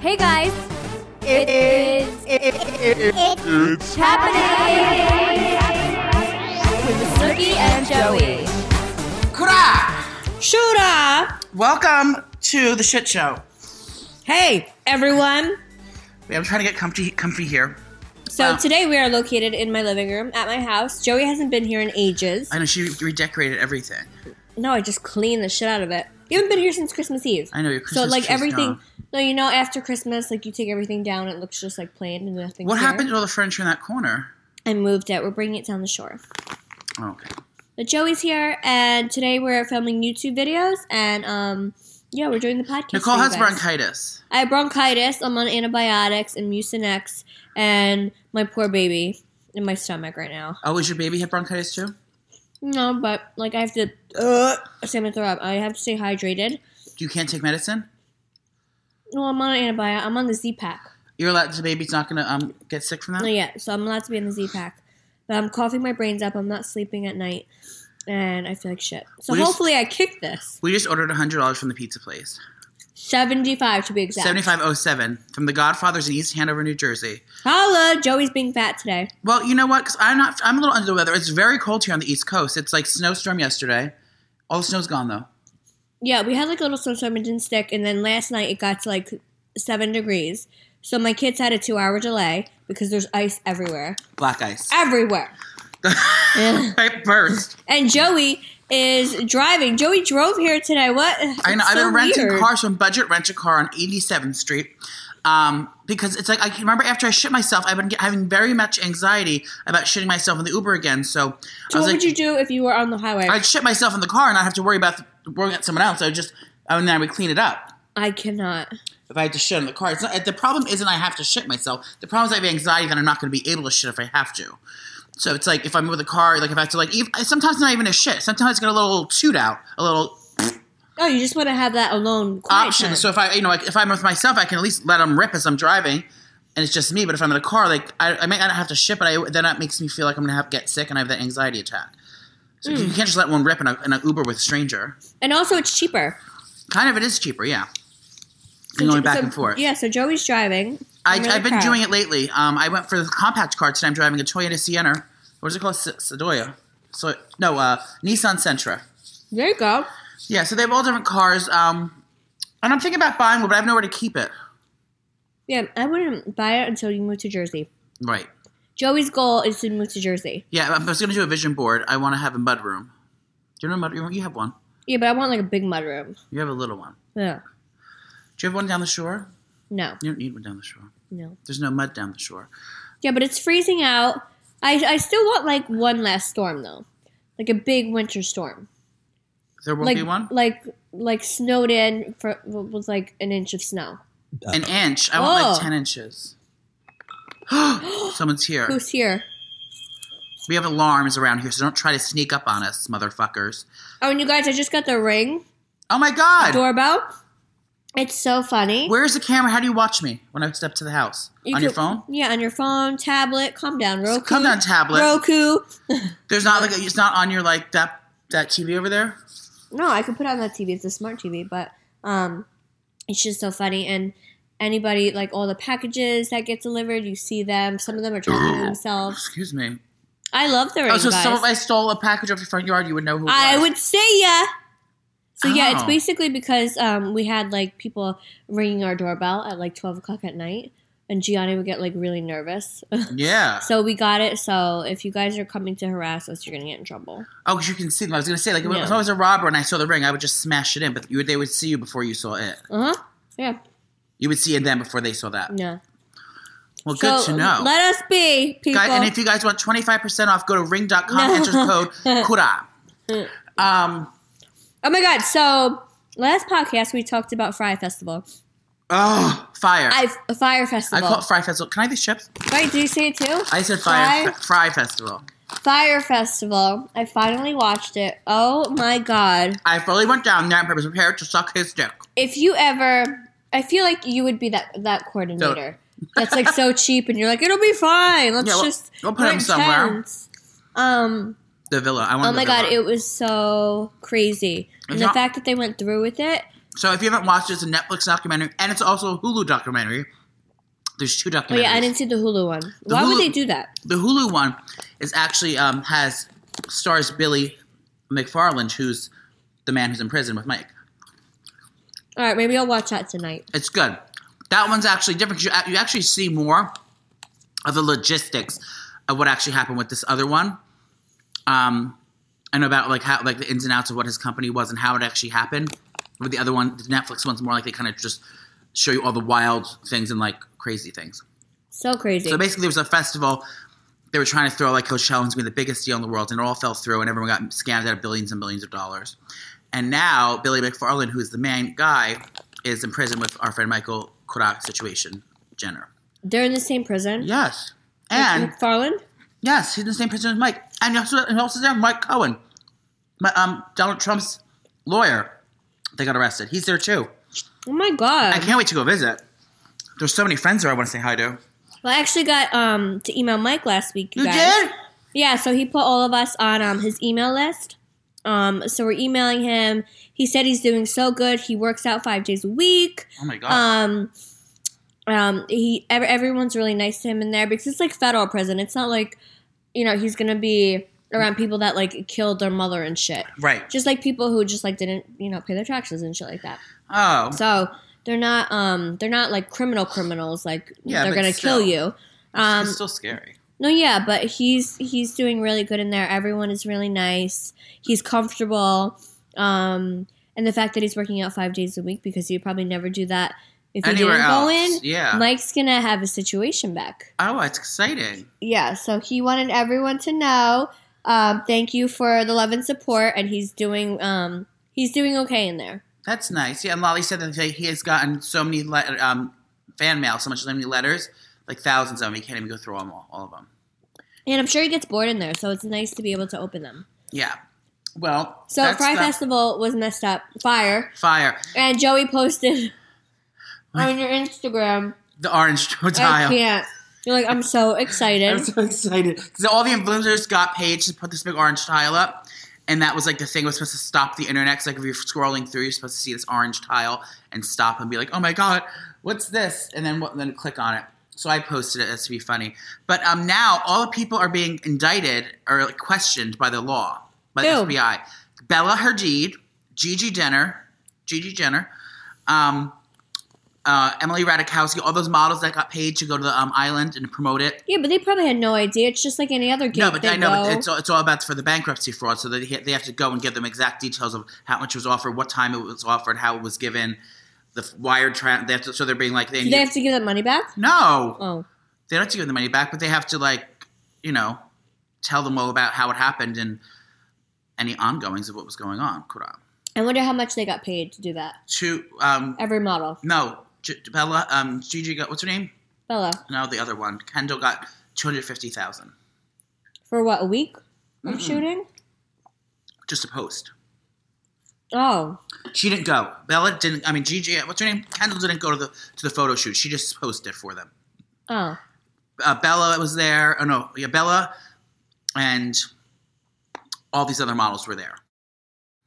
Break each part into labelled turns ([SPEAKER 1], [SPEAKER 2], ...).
[SPEAKER 1] Hey guys, it is
[SPEAKER 2] It's
[SPEAKER 1] happening with Snooki and Joey.
[SPEAKER 3] Kura!
[SPEAKER 4] Shura!
[SPEAKER 3] Welcome to the shit show.
[SPEAKER 4] Hey, everyone.
[SPEAKER 3] We am trying to get comfy, comfy here.
[SPEAKER 4] So
[SPEAKER 3] Wow.
[SPEAKER 4] today we are located in my living room at my house. Joey hasn't been here in ages.
[SPEAKER 3] I know she redecorated everything.
[SPEAKER 4] no, I just cleaned the shit out of it. You haven't been here since Christmas Eve.
[SPEAKER 3] I know your
[SPEAKER 4] so
[SPEAKER 3] Christmas
[SPEAKER 4] like
[SPEAKER 3] tree's
[SPEAKER 4] everything.
[SPEAKER 3] gone.
[SPEAKER 4] No, you know after Christmas, like you take everything down, it looks just like plain and nothing.
[SPEAKER 3] What happened to all the furniture in that corner?
[SPEAKER 4] I moved it. We're bringing it down the shore.
[SPEAKER 3] Oh, okay.
[SPEAKER 4] But Joey's here, and today we're filming YouTube videos, and um, yeah, we're doing the podcast.
[SPEAKER 3] Nicole
[SPEAKER 4] for you
[SPEAKER 3] has
[SPEAKER 4] guys.
[SPEAKER 3] bronchitis.
[SPEAKER 4] I have bronchitis. I'm on antibiotics and Mucinex, and my poor baby in my stomach right now.
[SPEAKER 3] Oh, is your baby have bronchitis too?
[SPEAKER 4] No, but like I have to uh, stay my throat up. I have to stay hydrated.
[SPEAKER 3] You can't take medicine?
[SPEAKER 4] Well, I'm on antibiotic. I'm on the Z pack.
[SPEAKER 3] You're allowed, the baby's not going to um get sick from that?
[SPEAKER 4] Not yet, so I'm allowed to be on the Z pack. But I'm coughing my brains up. I'm not sleeping at night, and I feel like shit. So
[SPEAKER 3] We just-
[SPEAKER 4] hopefully I kick this.
[SPEAKER 3] We just ordered $100 from the pizza place.
[SPEAKER 4] Seventy-five to be exact.
[SPEAKER 3] 7507 from the Godfathers in East Hanover, New Jersey.
[SPEAKER 4] Holla, Joey's being fat today.
[SPEAKER 3] Well, you know what? Because I'm not. I'm a little under the weather. It's very cold here on the East Coast. It's like snowstorm yesterday. All the snow's gone though.
[SPEAKER 4] Yeah, we had like a little snowstorm. It didn't stick, and then last night it got to like seven degrees. So my kids had a two-hour delay because there's ice everywhere,
[SPEAKER 3] Black ice.
[SPEAKER 4] Ah. everywhere. Ugh.
[SPEAKER 3] I burst.
[SPEAKER 4] And Joey is driving. Joey drove here today. What?
[SPEAKER 3] I know.
[SPEAKER 4] It's
[SPEAKER 3] I've
[SPEAKER 4] so
[SPEAKER 3] been renting
[SPEAKER 4] weird.
[SPEAKER 3] cars from Budget Rent a Car on 87th Street. Um, because it's like I can remember after I shit myself, I've been get- having very much anxiety about shitting myself in the Uber again. So
[SPEAKER 4] So
[SPEAKER 3] I was
[SPEAKER 4] what
[SPEAKER 3] like,
[SPEAKER 4] would you do if you were on the highway? I,
[SPEAKER 3] I'd shit myself in the car and I would have to worry about worrying about someone else. I would just and then I would clean it up.
[SPEAKER 4] cannot.
[SPEAKER 3] If I had to shit in the car, it's not, the problem isn't I have to shit myself. The problem is I have anxiety that I'm not going to be able to shit if I have to. So it's like if I'm with a car, like if I have to like, even, sometimes not even a shit. Sometimes it's got a little toot out, a little
[SPEAKER 4] Oh, you just want to have that alone quiet
[SPEAKER 3] option.
[SPEAKER 4] time.
[SPEAKER 3] So if I, you know, like, if I'm with myself, I can at least let them rip as I'm driving, and it's just me. But if I'm in a car, like I, I may not have to shit, but I, then that makes me feel like I'm gonna have get sick and I have that anxiety attack. So you can't just let one rip in a, in a Uber with a stranger.
[SPEAKER 4] and also, it's cheaper.
[SPEAKER 3] Kind of, it is cheaper, yeah.
[SPEAKER 4] So
[SPEAKER 3] And going
[SPEAKER 4] Jo-
[SPEAKER 3] back
[SPEAKER 4] so-
[SPEAKER 3] and forth.
[SPEAKER 4] Yeah. So Joey's driving.
[SPEAKER 3] I,
[SPEAKER 4] I'm really
[SPEAKER 3] I've been
[SPEAKER 4] proud.
[SPEAKER 3] doing it lately. Um, I went for the compact car today. I'm driving a Toyota Sienna. What is it called? Se- Sedoya. So no, uh, Nissan Sentra.
[SPEAKER 4] There you go.
[SPEAKER 3] Yeah, so they have all different cars. Um, and I'm thinking about buying one, but I have nowhere to keep it.
[SPEAKER 4] Yeah, I wouldn't buy it until you move to Jersey.
[SPEAKER 3] Right.
[SPEAKER 4] Joey's goal is to move to Jersey.
[SPEAKER 3] Yeah, I was gonna do a vision board. I want to have a mud room. Do you know mud room? You have one.
[SPEAKER 4] Yeah, but I want like a big mudroom.
[SPEAKER 3] You have a little one.
[SPEAKER 4] Yeah.
[SPEAKER 3] Do you have one down the shore?
[SPEAKER 4] No.
[SPEAKER 3] You don't need one down the shore.
[SPEAKER 4] No.
[SPEAKER 3] There's no mud down the shore.
[SPEAKER 4] Yeah, but it's freezing out. I I still want like one last storm though, like a big winter storm.
[SPEAKER 3] There won't
[SPEAKER 4] like
[SPEAKER 3] be one.
[SPEAKER 4] like like snowed in for was like an inch of snow.
[SPEAKER 3] An inch. I want like
[SPEAKER 4] Oh.
[SPEAKER 3] ten inches. Someone's here.
[SPEAKER 4] Who's here?
[SPEAKER 3] We have alarms around here, so don't try to sneak up on us, motherfuckers.
[SPEAKER 4] Oh, and you guys, I just got the ring
[SPEAKER 3] Oh my god!
[SPEAKER 4] doorbell. It's so funny.
[SPEAKER 3] Where's the camera? How do you watch me when I step to the house?
[SPEAKER 4] You
[SPEAKER 3] on your
[SPEAKER 4] could-
[SPEAKER 3] phone?
[SPEAKER 4] Yeah, on your phone, tablet. Calm down, Roku.
[SPEAKER 3] Come down, tablet.
[SPEAKER 4] Roku.
[SPEAKER 3] There's not like it's not on your like that that TV over there.
[SPEAKER 4] No, I could put it on that TV. It's a smart TV, but um, it's just so funny. And anybody like all the packages that get delivered, you see them. Some of them are tracking themselves.
[SPEAKER 3] Excuse me.
[SPEAKER 4] I love the ring,
[SPEAKER 3] Oh, so
[SPEAKER 4] guys.
[SPEAKER 3] so if I stole a package off your front yard, you would know who it
[SPEAKER 4] I
[SPEAKER 3] was.
[SPEAKER 4] would say yeah. So yeah, it's
[SPEAKER 3] Oh.
[SPEAKER 4] basically because um, we had like people ringing our doorbell at like twelve o'clock at night, and Gianni would get like really nervous.
[SPEAKER 3] Yeah.
[SPEAKER 4] so we got it. So if you guys are coming to harass us, you're gonna get in trouble.
[SPEAKER 3] Oh, 'cause you can see them. I was gonna say, like, if it was
[SPEAKER 4] Yeah.
[SPEAKER 3] always a robber and I saw the ring, I would just smash it in, but you, they would see you before you saw it.
[SPEAKER 4] Uh huh. Yeah.
[SPEAKER 3] You would see it then before they saw that.
[SPEAKER 4] Yeah.
[SPEAKER 3] Well, good
[SPEAKER 4] so
[SPEAKER 3] to know.
[SPEAKER 4] Let us be people.
[SPEAKER 3] Guys, and if you guys want 25% off, go to ring.com,
[SPEAKER 4] No.
[SPEAKER 3] enter code KURA. Um,
[SPEAKER 4] oh my god. So last podcast we talked about Fry Festival.
[SPEAKER 3] oh, fire.
[SPEAKER 4] I Fire
[SPEAKER 3] I
[SPEAKER 4] Festival.
[SPEAKER 3] call it Fry Festival. Can I have these chips?
[SPEAKER 4] right? Do you say it too?
[SPEAKER 3] I said Fire
[SPEAKER 4] Fry?
[SPEAKER 3] f- Fry Festival.
[SPEAKER 4] Fire Festival. I finally watched it. Oh my god.
[SPEAKER 3] I fully went down there and was prepared to suck his dick.
[SPEAKER 4] if you ever I feel like you would be that that coordinator. That's like so cheap and you're like, it'll be fine. Let's
[SPEAKER 3] Yeah, we'll-
[SPEAKER 4] just
[SPEAKER 3] we'll put
[SPEAKER 4] rent
[SPEAKER 3] him somewhere."
[SPEAKER 4] tents." Um
[SPEAKER 3] The villa. I want
[SPEAKER 4] oh my god,
[SPEAKER 3] villa.
[SPEAKER 4] it was so crazy. And
[SPEAKER 3] Yeah.
[SPEAKER 4] the fact that they went through with it
[SPEAKER 3] So if you haven't watched it, it's a Netflix documentary, and it's also a Hulu documentary. There's two documentaries.
[SPEAKER 4] Oh yeah, I didn't see the Hulu one.
[SPEAKER 3] The
[SPEAKER 4] Why
[SPEAKER 3] Hulu-
[SPEAKER 4] would they do that?
[SPEAKER 3] the Hulu one is actually um, has stars Billy McFarland, who's the man who's in prison with Mike.
[SPEAKER 4] All right, maybe I'll watch that tonight.
[SPEAKER 3] It's good. That one's actually different. 'cause You, ac- you actually see more of the logistics of what actually happened with this other one, um, and about like how like the ins and outs of what his company was and how it actually happened. With the other one, the Netflix one's more like they kind of just show you all the wild things and like crazy things.
[SPEAKER 4] So crazy.
[SPEAKER 3] So basically, there was a festival. They were trying to throw like Coachella was going to be the biggest deal in the world, and it all fell through, and everyone got scammed out of billions and billions of dollars. And now Billy McFarland, who is the main guy, is in prison with our friend Michael Kodak situation Jenner.
[SPEAKER 4] They're in the same prison.
[SPEAKER 3] Yes,
[SPEAKER 4] Like
[SPEAKER 3] and
[SPEAKER 4] McFarland.
[SPEAKER 3] yes, he's in the same prison as Mike, and also and also there Mike Cohen, my, um Donald Trump's lawyer. They got arrested. He's there too.
[SPEAKER 4] Oh my god.
[SPEAKER 3] I can't wait to go visit. There's so many friends there. I want to say hi to.
[SPEAKER 4] well, I actually got um to email Mike last week. You,
[SPEAKER 3] You
[SPEAKER 4] guys.
[SPEAKER 3] did?
[SPEAKER 4] Yeah, so he put all of us on um, his email list. Um, so we're emailing him. He said he's doing so good. He works out five days a week.
[SPEAKER 3] Oh my god.
[SPEAKER 4] Um, um, he ev- everyone's really nice to him in there because it's like federal prison. It's not like you know he's gonna be around people that like killed their mother and shit.
[SPEAKER 3] right.
[SPEAKER 4] Just like people who just like didn't you know pay their taxes and shit like that.
[SPEAKER 3] Oh.
[SPEAKER 4] So they're not um they're not like criminal criminals like
[SPEAKER 3] Yeah,
[SPEAKER 4] they're
[SPEAKER 3] but
[SPEAKER 4] gonna
[SPEAKER 3] still.
[SPEAKER 4] kill you. Um,
[SPEAKER 3] it's still scary.
[SPEAKER 4] no, yeah, but he's he's doing really good in there. Everyone is really nice. He's comfortable, um, and the fact that he's working out five days a week because he'd probably never do that if he
[SPEAKER 3] Anywhere
[SPEAKER 4] didn't go
[SPEAKER 3] else.
[SPEAKER 4] in.
[SPEAKER 3] yeah.
[SPEAKER 4] Mike's gonna have his situation back.
[SPEAKER 3] oh, it's exciting.
[SPEAKER 4] Yeah, so he wanted everyone to know. Um, thank you for the love and support, and he's doing um, he's doing okay in there.
[SPEAKER 3] That's nice. Yeah, and Lolly said that they- he has gotten so many le- um, fan mail, so much, so many letters, like thousands of them. He can't even go through them all, all of them.
[SPEAKER 4] And I'm sure he gets bored in there, so it's nice to be able to open them.
[SPEAKER 3] Yeah. Well,
[SPEAKER 4] So
[SPEAKER 3] that's
[SPEAKER 4] Fry
[SPEAKER 3] the-
[SPEAKER 4] Festival was messed up, fire,
[SPEAKER 3] fire
[SPEAKER 4] and Joey posted on your Instagram.
[SPEAKER 3] the orange
[SPEAKER 4] I
[SPEAKER 3] tile.
[SPEAKER 4] can't. You're like, I'm so
[SPEAKER 3] I'm
[SPEAKER 4] excited.
[SPEAKER 3] so excited. So all the influencers got paid to put this big orange tile up, and that was like the thing was supposed to stop the internet. 'cause, like if you're scrolling through, you're supposed to see this orange tile and stop and be like, "Oh my god, what's this?" And then what- then click on it. So I posted it as to be funny. But um, now all the people are being indicted or like, questioned by the law, by the
[SPEAKER 4] Who?
[SPEAKER 3] FBI. Bella Hadid, Gigi Jenner, Gigi Jenner, um, uh, Emily Radikowski, all those models that got paid to go to the um, island and promote it.
[SPEAKER 4] yeah, but they probably had no idea. It's just like any other gig.
[SPEAKER 3] No, but
[SPEAKER 4] they
[SPEAKER 3] I know but
[SPEAKER 4] go-
[SPEAKER 3] it's all, it's all about for the bankruptcy fraud, so they they have to go and give them exact details of how much was offered, what time it was offered, how it was given, the f- wire tra- They have to, so they're being like they,
[SPEAKER 4] Do they have to give that money back?
[SPEAKER 3] no,
[SPEAKER 4] Oh,
[SPEAKER 3] they don't have to give the money back, but they have to like you know tell them all about how it happened and any ongoings of what was going on. Kura.
[SPEAKER 4] I wonder how much they got paid to do that.
[SPEAKER 3] To um
[SPEAKER 4] Every model,
[SPEAKER 3] no, G- Bella um Gigi got what's her name?
[SPEAKER 4] Bella,
[SPEAKER 3] No, the other one. Kendall got two hundred fifty thousand
[SPEAKER 4] for what a week of
[SPEAKER 3] Mm-mm.
[SPEAKER 4] shooting.
[SPEAKER 3] just to post.
[SPEAKER 4] Oh,
[SPEAKER 3] She didn't go. Bella didn't. I mean, Gigi. What's her name? Kendall didn't go to the to the photo shoot. She just posted for them.
[SPEAKER 4] oh,
[SPEAKER 3] Uh, Bella was there. Oh no, yeah, Bella and all these other models were there.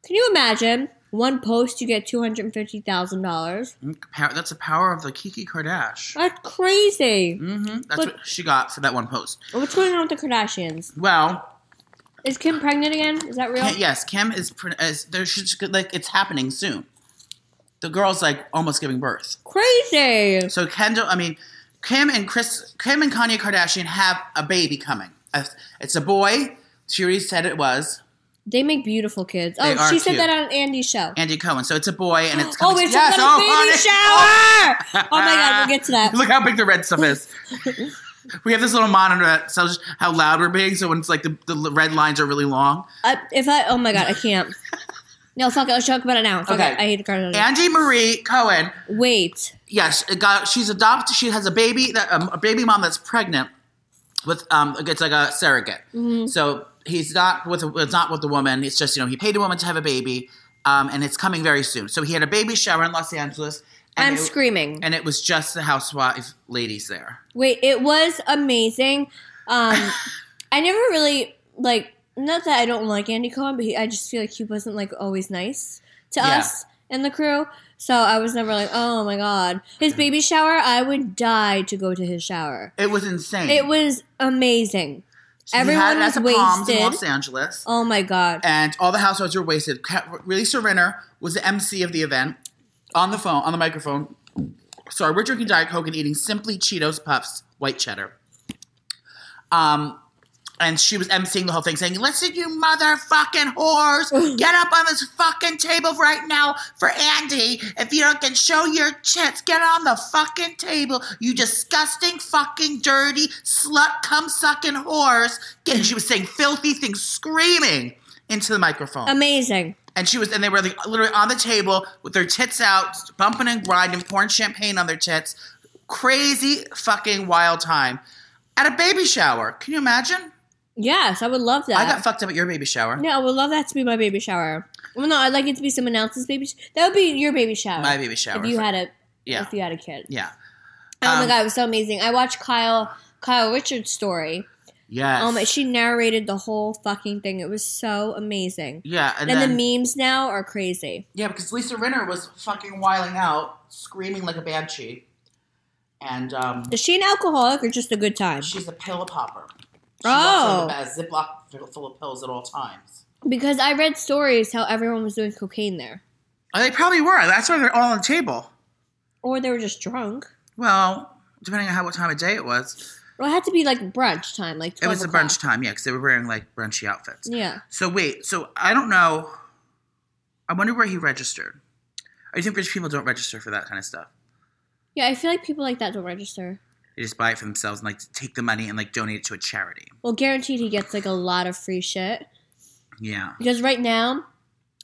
[SPEAKER 4] can you imagine one post you get two hundred fifty thousand dollars?
[SPEAKER 3] Mm, pow- That's the power of the Kiki Kardashian.
[SPEAKER 4] That's crazy.
[SPEAKER 3] hmm That's
[SPEAKER 4] But-
[SPEAKER 3] what she got for that one post.
[SPEAKER 4] What's going on with the Kardashians?
[SPEAKER 3] Well,
[SPEAKER 4] Is Kim pregnant again? Is that real?
[SPEAKER 3] Kim- yes, Kim is. pre- is there she's good- like it's happening soon. The girl's like almost giving birth.
[SPEAKER 4] Crazy.
[SPEAKER 3] So Kendall, I mean, Kim and Chris, Kim and Kanye Kardashian have a baby coming. Uh, It's a boy. She already said it was
[SPEAKER 4] They make beautiful kids.
[SPEAKER 3] They
[SPEAKER 4] Oh,
[SPEAKER 3] are
[SPEAKER 4] she said
[SPEAKER 3] cute.
[SPEAKER 4] that on Andy's show.
[SPEAKER 3] Andy Cohen. So it's a boy, and it's
[SPEAKER 4] Oh,
[SPEAKER 3] coming.
[SPEAKER 4] it's
[SPEAKER 3] Yes,
[SPEAKER 4] yes,
[SPEAKER 3] oh,
[SPEAKER 4] baby
[SPEAKER 3] honey.
[SPEAKER 4] shower! Oh my god, we'll get to that.
[SPEAKER 3] Look how big the red stuff is. we have this little monitor that tells how loud we're being. So when it's like the, the red lines are really long.
[SPEAKER 4] I, if I, oh my god, I can't. No, fuck it. Let's talk about it now. Fuck
[SPEAKER 3] Okay.
[SPEAKER 4] it, I hate the Kardashians.
[SPEAKER 3] Andy Marie Cohen.
[SPEAKER 4] Wait,
[SPEAKER 3] Yes, it got. She's adopted. She has a baby that um, a baby mom that's pregnant with um. It's like a surrogate.
[SPEAKER 4] Mm-hmm.
[SPEAKER 3] So he's not with it's not with the woman. It's just you know he paid a woman to have a baby, um, and it's coming very soon. So he had a baby shower in Los Angeles. And
[SPEAKER 4] I'm
[SPEAKER 3] it,
[SPEAKER 4] screaming.
[SPEAKER 3] And it was just the housewife ladies there.
[SPEAKER 4] Wait, it was amazing. Um, I never really like. Not that I don't like Andy Cohen, but he, I just feel like he wasn't like always nice to
[SPEAKER 3] Yeah.
[SPEAKER 4] us and the crew. So I was never like, oh my god, his
[SPEAKER 3] Mm-hmm.
[SPEAKER 4] baby shower. I would die to go to his shower.
[SPEAKER 3] It was insane.
[SPEAKER 4] It was amazing.
[SPEAKER 3] We
[SPEAKER 4] everyone
[SPEAKER 3] had it
[SPEAKER 4] was
[SPEAKER 3] at the Palms in
[SPEAKER 4] wasted.
[SPEAKER 3] Los Angeles.
[SPEAKER 4] Oh my god.
[SPEAKER 3] and all the housewives were wasted. Ca- Lisa Renner was the MC of the event on the phone, on the microphone. Sorry, we're drinking Diet Coke and eating simply Cheetos Puffs, white cheddar. Um, and she was emceeing the whole thing, saying, "Listen, you motherfucking whores, get up on this fucking table right now for Andy. If you don't can show your chits, get on the fucking table. You disgusting, fucking, dirty slut, cum sucking whores." And she was saying filthy things, screaming into the microphone.
[SPEAKER 4] Amazing.
[SPEAKER 3] And she was, and they were like, literally on the table with their tits out, bumping and grinding, pouring champagne on their tits. Crazy fucking wild time at a baby shower. Can you imagine?
[SPEAKER 4] Yes, I would love that.
[SPEAKER 3] I got fucked up at your baby shower.
[SPEAKER 4] yeah, I would love that to be my baby shower. Well, no, I'd like it to be someone else's baby. Sh- that would be your baby shower.
[SPEAKER 3] My baby shower.
[SPEAKER 4] If you had a,
[SPEAKER 3] yeah,
[SPEAKER 4] if you had a kid.
[SPEAKER 3] yeah,
[SPEAKER 4] Oh my
[SPEAKER 3] Um,
[SPEAKER 4] god, it was so amazing. I watched Kyle Kyle Richards' story.
[SPEAKER 3] yes,
[SPEAKER 4] Um, she narrated the whole fucking thing. It was so amazing.
[SPEAKER 3] yeah, and,
[SPEAKER 4] And,
[SPEAKER 3] then,
[SPEAKER 4] the memes now are crazy.
[SPEAKER 3] yeah, because Lisa Rinner was fucking wiling out, screaming like a banshee, and um,
[SPEAKER 4] Is she an alcoholic or just a good time?
[SPEAKER 3] she's a pill popper. She
[SPEAKER 4] Oh.
[SPEAKER 3] loves her a Ziploc full- full of pills at all times.
[SPEAKER 4] Because I read stories how everyone was doing cocaine there,
[SPEAKER 3] Oh, they probably were. That's why they're all on the table.
[SPEAKER 4] or they were just drunk.
[SPEAKER 3] Well, depending on how what time of day it was,
[SPEAKER 4] Well, it had to be like brunch time, like
[SPEAKER 3] it
[SPEAKER 4] 12
[SPEAKER 3] was a
[SPEAKER 4] o'clock.
[SPEAKER 3] brunch time. Yeah, because they were wearing like brunchy outfits.
[SPEAKER 4] Yeah,
[SPEAKER 3] So wait, so I don't know. I wonder where he registered. I think rich people don't register for that kind of stuff.
[SPEAKER 4] yeah. I feel like people like that don't register.
[SPEAKER 3] They just buy it for themselves and like take the money and like donate it to a charity.
[SPEAKER 4] Well, guaranteed he gets like a lot of free shit.
[SPEAKER 3] Yeah.
[SPEAKER 4] Because right now,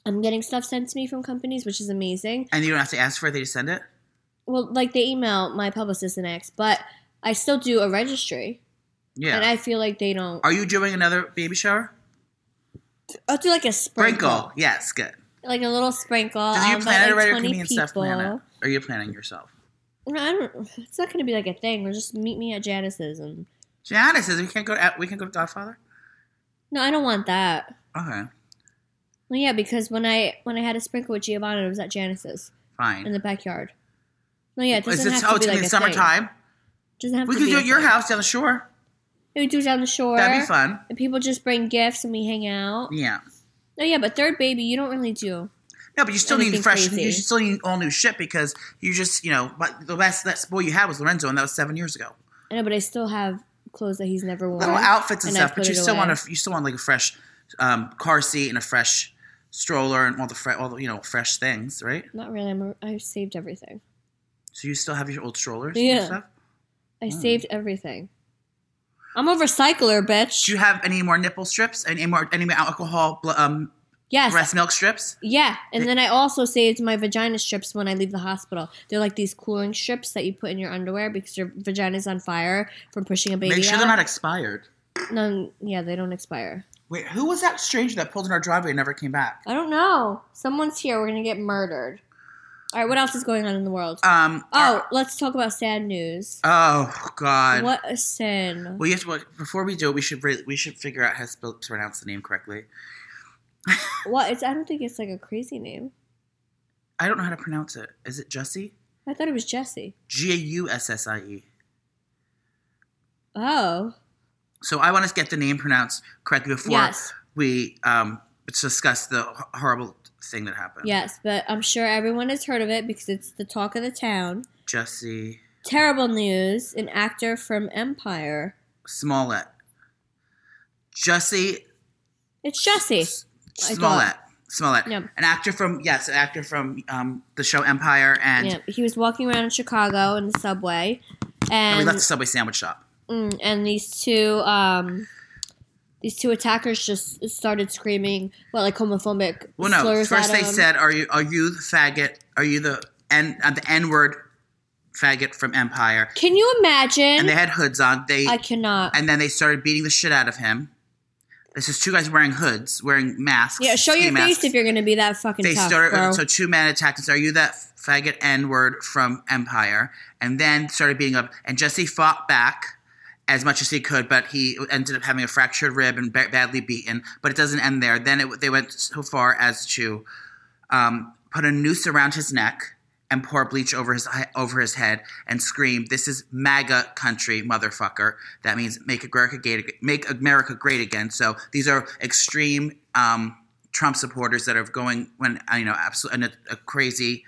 [SPEAKER 4] I'm getting stuff sent to me from companies, which is amazing.
[SPEAKER 3] And you don't have to ask for it, they just send it?
[SPEAKER 4] Well, like they email my publicist and ex, but I still do a registry,
[SPEAKER 3] Yeah.
[SPEAKER 4] and I feel like they don't.
[SPEAKER 3] Are you doing another baby shower?
[SPEAKER 4] I'll do like a
[SPEAKER 3] Sprinkle.
[SPEAKER 4] sprinkle,
[SPEAKER 3] Yes, good.
[SPEAKER 4] like a little sprinkle.
[SPEAKER 3] Did you
[SPEAKER 4] I'll
[SPEAKER 3] plan
[SPEAKER 4] invite,
[SPEAKER 3] it
[SPEAKER 4] like,
[SPEAKER 3] already or
[SPEAKER 4] 20
[SPEAKER 3] comedian stuff plan
[SPEAKER 4] people.
[SPEAKER 3] it? Or are you planning yourself?
[SPEAKER 4] No, I don't, it's not going to be like a thing. Or just meet me at Janice's and
[SPEAKER 3] Janice says we can't go to, we can go to Godfather?
[SPEAKER 4] no, I don't want that.
[SPEAKER 3] Okay.
[SPEAKER 4] Well, yeah, because when I when I had a sprinkle with Giovanna, it was at Janice's in
[SPEAKER 3] Fine.
[SPEAKER 4] the backyard. No, yeah, it
[SPEAKER 3] Is
[SPEAKER 4] doesn't
[SPEAKER 3] this
[SPEAKER 4] have
[SPEAKER 3] oh
[SPEAKER 4] to be
[SPEAKER 3] it's gonna
[SPEAKER 4] like
[SPEAKER 3] be
[SPEAKER 4] a thing.
[SPEAKER 3] summertime?
[SPEAKER 4] Doesn't have
[SPEAKER 3] We
[SPEAKER 4] to
[SPEAKER 3] could
[SPEAKER 4] be
[SPEAKER 3] do
[SPEAKER 4] a
[SPEAKER 3] it at your
[SPEAKER 4] thing.
[SPEAKER 3] house down the shore.
[SPEAKER 4] We do it down the shore.
[SPEAKER 3] That'd be fun.
[SPEAKER 4] And people just bring gifts and we hang out.
[SPEAKER 3] Yeah.
[SPEAKER 4] No, yeah, but third baby, you don't really do.
[SPEAKER 3] No, but you still need
[SPEAKER 4] Anything
[SPEAKER 3] fresh.
[SPEAKER 4] crazy.
[SPEAKER 3] You still need all new shit because you just, you know, but the last that boy you had was Lorenzo, and that was seven years ago.
[SPEAKER 4] I know, but I still have clothes that he's never worn.
[SPEAKER 3] Little outfits and,
[SPEAKER 4] And I
[SPEAKER 3] stuff,
[SPEAKER 4] put
[SPEAKER 3] but you
[SPEAKER 4] it
[SPEAKER 3] still want
[SPEAKER 4] away.
[SPEAKER 3] a, you still want like a fresh um, car seat and a fresh stroller and all the fre- all the, you know fresh things, right?
[SPEAKER 4] Not really. I'm a, I saved everything.
[SPEAKER 3] So you still have your old strollers and
[SPEAKER 4] Yeah.
[SPEAKER 3] stuff.
[SPEAKER 4] I
[SPEAKER 3] Mm.
[SPEAKER 4] saved everything. I'm a recycler, bitch.
[SPEAKER 3] Do you have any more nipple strips? Any more any more alcohol bl- um,
[SPEAKER 4] yes.
[SPEAKER 3] breast milk strips?
[SPEAKER 4] Yeah, and then I also saved my vagina strips when I leave the hospital. They're like these cooling strips that you put in your underwear because your vagina's on fire from pushing a baby
[SPEAKER 3] Make sure
[SPEAKER 4] out.
[SPEAKER 3] they're not expired.
[SPEAKER 4] no, yeah, they don't expire.
[SPEAKER 3] Wait, who was that stranger that pulled in our driveway and never came back?
[SPEAKER 4] I don't know. Someone's here. We're gonna get murdered. All right, what else is going on in the world?
[SPEAKER 3] Um.
[SPEAKER 4] oh, let's talk about sad news.
[SPEAKER 3] oh God.
[SPEAKER 4] what a sin.
[SPEAKER 3] We have to well, before we do it. We should re- we should figure out how to spell, to pronounce the name correctly.
[SPEAKER 4] What? It's. I don't think it's like a crazy name.
[SPEAKER 3] I don't know how to pronounce it. Is it Jussie?
[SPEAKER 4] I thought it was Jesse.
[SPEAKER 3] G a u s s i e.
[SPEAKER 4] Oh,
[SPEAKER 3] So I want us to get the name pronounced correctly before
[SPEAKER 4] yes,
[SPEAKER 3] we um, discuss the h- horrible thing that happened.
[SPEAKER 4] yes. But I'm sure everyone has heard of it because it's the talk of the town.
[SPEAKER 3] Jussie
[SPEAKER 4] Terrible news. An actor from Empire.
[SPEAKER 3] Smollett. Jussie
[SPEAKER 4] It's Jesse.
[SPEAKER 3] S-
[SPEAKER 4] I
[SPEAKER 3] Smollett. Smollett.
[SPEAKER 4] Yep.
[SPEAKER 3] An actor from yes, an actor from um, the show Empire, and
[SPEAKER 4] Yeah, he was walking around in Chicago in the subway,
[SPEAKER 3] and we
[SPEAKER 4] and
[SPEAKER 3] left the Subway sandwich shop.
[SPEAKER 4] mm, and these two um, these two attackers just started screaming, well, like homophobic
[SPEAKER 3] Well, no.
[SPEAKER 4] slurs
[SPEAKER 3] First,
[SPEAKER 4] at
[SPEAKER 3] they
[SPEAKER 4] him.
[SPEAKER 3] said, "Are you are you the faggot? Are you the n uh, the n word faggot from Empire?"
[SPEAKER 4] "Can you
[SPEAKER 3] And
[SPEAKER 4] imagine?"
[SPEAKER 3] they had hoods on. They
[SPEAKER 4] I cannot.
[SPEAKER 3] and then they started beating the shit out of him. This is two guys wearing hoods, wearing masks.
[SPEAKER 4] yeah, show your
[SPEAKER 3] ski
[SPEAKER 4] face
[SPEAKER 3] masks.
[SPEAKER 4] if you're gonna be that fucking
[SPEAKER 3] They
[SPEAKER 4] tough,
[SPEAKER 3] started
[SPEAKER 4] bro.
[SPEAKER 3] so two men attacked and said, "Are you that faggot n word from Empire?" And then started beating up. And Jesse fought back as much as he could, but he ended up having a fractured rib and ba- badly beaten. But it doesn't end there. Then it, they went so far as to um, put a noose around his neck and pour bleach over his he- over his head and scream, "This is MAGA country, motherfucker!" That means make America great, ag- make America great again. So these are extreme um, Trump supporters that are going when uh, you know absolutely a, a crazy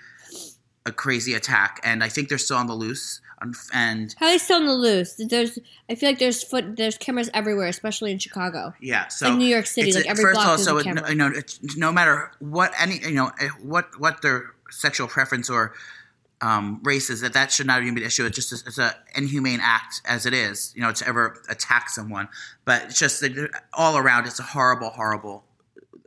[SPEAKER 3] a crazy attack, and I think they're still on the loose. um, And
[SPEAKER 4] How they still on the loose? There's, I feel like there's foot, there's cameras everywhere, especially in Chicago.
[SPEAKER 3] Yeah, so
[SPEAKER 4] Like New York City,
[SPEAKER 3] it's-
[SPEAKER 4] like, every
[SPEAKER 3] first
[SPEAKER 4] block
[SPEAKER 3] of all,
[SPEAKER 4] there's
[SPEAKER 3] so
[SPEAKER 4] a
[SPEAKER 3] it-
[SPEAKER 4] camera.
[SPEAKER 3] you know, it's- no matter what any you know eh, what what their sexual preference or um, race is, that that should not even be an issue. It's just a, it's a inhumane act as it is, you know, to ever attack someone. But it's just that uh, all around, it's a horrible, horrible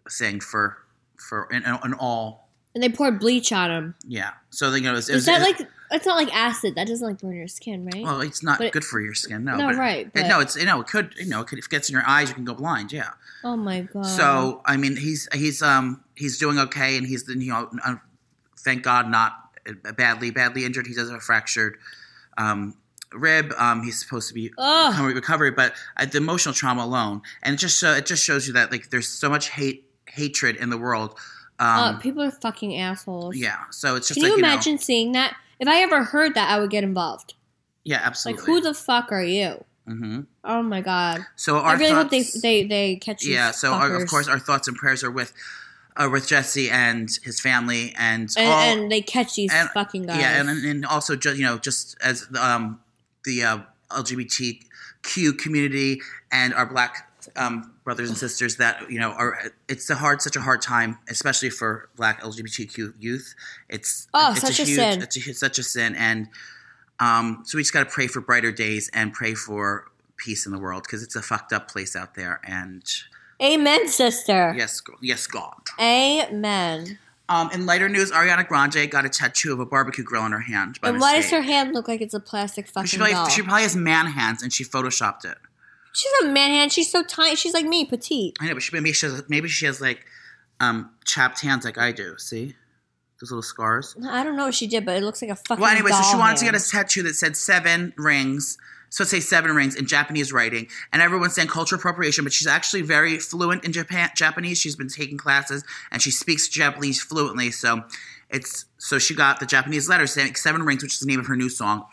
[SPEAKER 3] thing for for in, in all.
[SPEAKER 4] And they poured bleach on him.
[SPEAKER 3] Yeah, so you know, it's,
[SPEAKER 4] Is that like? It's not like acid. That doesn't like burn your skin, right?
[SPEAKER 3] Well, it's not
[SPEAKER 4] but it-
[SPEAKER 3] good for your skin. Oh, No,
[SPEAKER 4] No,
[SPEAKER 3] but-
[SPEAKER 4] right,
[SPEAKER 3] eh,
[SPEAKER 4] but-
[SPEAKER 3] no, it's you know, it could you know, it could, if it gets in your eyes, you can go blind. Yeah.
[SPEAKER 4] oh my god. Um,
[SPEAKER 3] So I mean, he's he's um he's doing okay, and he's you know uh, thank God not badly badly injured. He does have a fractured um, rib. Um, he's supposed to be
[SPEAKER 4] Ugh.
[SPEAKER 3] coming recovery, but uh, the emotional trauma alone, and it just show, it just shows you that like there's so much hate hatred in the world.
[SPEAKER 4] Uh,
[SPEAKER 3] Um,
[SPEAKER 4] people are fucking assholes.
[SPEAKER 3] yeah, so it's just
[SPEAKER 4] Can
[SPEAKER 3] like
[SPEAKER 4] you
[SPEAKER 3] know-
[SPEAKER 4] imagine seeing that? If I ever heard that, I would get involved.
[SPEAKER 3] yeah,
[SPEAKER 4] Like,
[SPEAKER 3] absolutely.
[SPEAKER 4] who the fuck are you?
[SPEAKER 3] hmm
[SPEAKER 4] Oh my god.
[SPEAKER 3] So our
[SPEAKER 4] I really hope they
[SPEAKER 3] thoughts-
[SPEAKER 4] they they catch you.
[SPEAKER 3] yeah. So our, of course our thoughts and prayers are with uh, with Jesse and his family and,
[SPEAKER 4] and,
[SPEAKER 3] all.
[SPEAKER 4] and they catch these
[SPEAKER 3] and-
[SPEAKER 4] fucking guys.
[SPEAKER 3] Yeah, and and also just you know just as um, the uh, LGBTQ community and our black um, brothers and sisters that you know are it's a hard such a hard time, especially for black LGBTQ youth. It's
[SPEAKER 4] Oh,
[SPEAKER 3] it's
[SPEAKER 4] such a
[SPEAKER 3] huge,
[SPEAKER 4] sin.
[SPEAKER 3] It's, a, hu- such a sin, and um, so we just got to pray for brighter days and pray for peace in the world because it's a fucked up place out there. And
[SPEAKER 4] Amen, sister.
[SPEAKER 3] yes, g- yes, God.
[SPEAKER 4] Amen.
[SPEAKER 3] Um, in lighter news, Ariana Grande got a tattoo of a barbecue grill on her hand. By
[SPEAKER 4] and why does
[SPEAKER 3] mistake.
[SPEAKER 4] her hand look like it's a plastic
[SPEAKER 3] She
[SPEAKER 4] fucking doll?
[SPEAKER 3] probably, she probably has man hands and she photoshopped it.
[SPEAKER 4] She's a man hand. She's so tiny. She's like me, petite.
[SPEAKER 3] I know, but she, maybe she has maybe she has like um, chapped hands like I do. See those little scars.
[SPEAKER 4] I don't know what she did, but it looks like a fucking.
[SPEAKER 3] Well, anyway, so she
[SPEAKER 4] doll
[SPEAKER 3] wanted to get
[SPEAKER 4] hand.
[SPEAKER 3] a tattoo that said seven rings. So let's say seven rings in Japanese writing, and everyone's saying cultural appropriation. But she's actually very fluent in Japan Japanese. She's been taking classes and she speaks Japanese fluently. So it's so she got the Japanese letter saying seven rings, which is the name of her new song,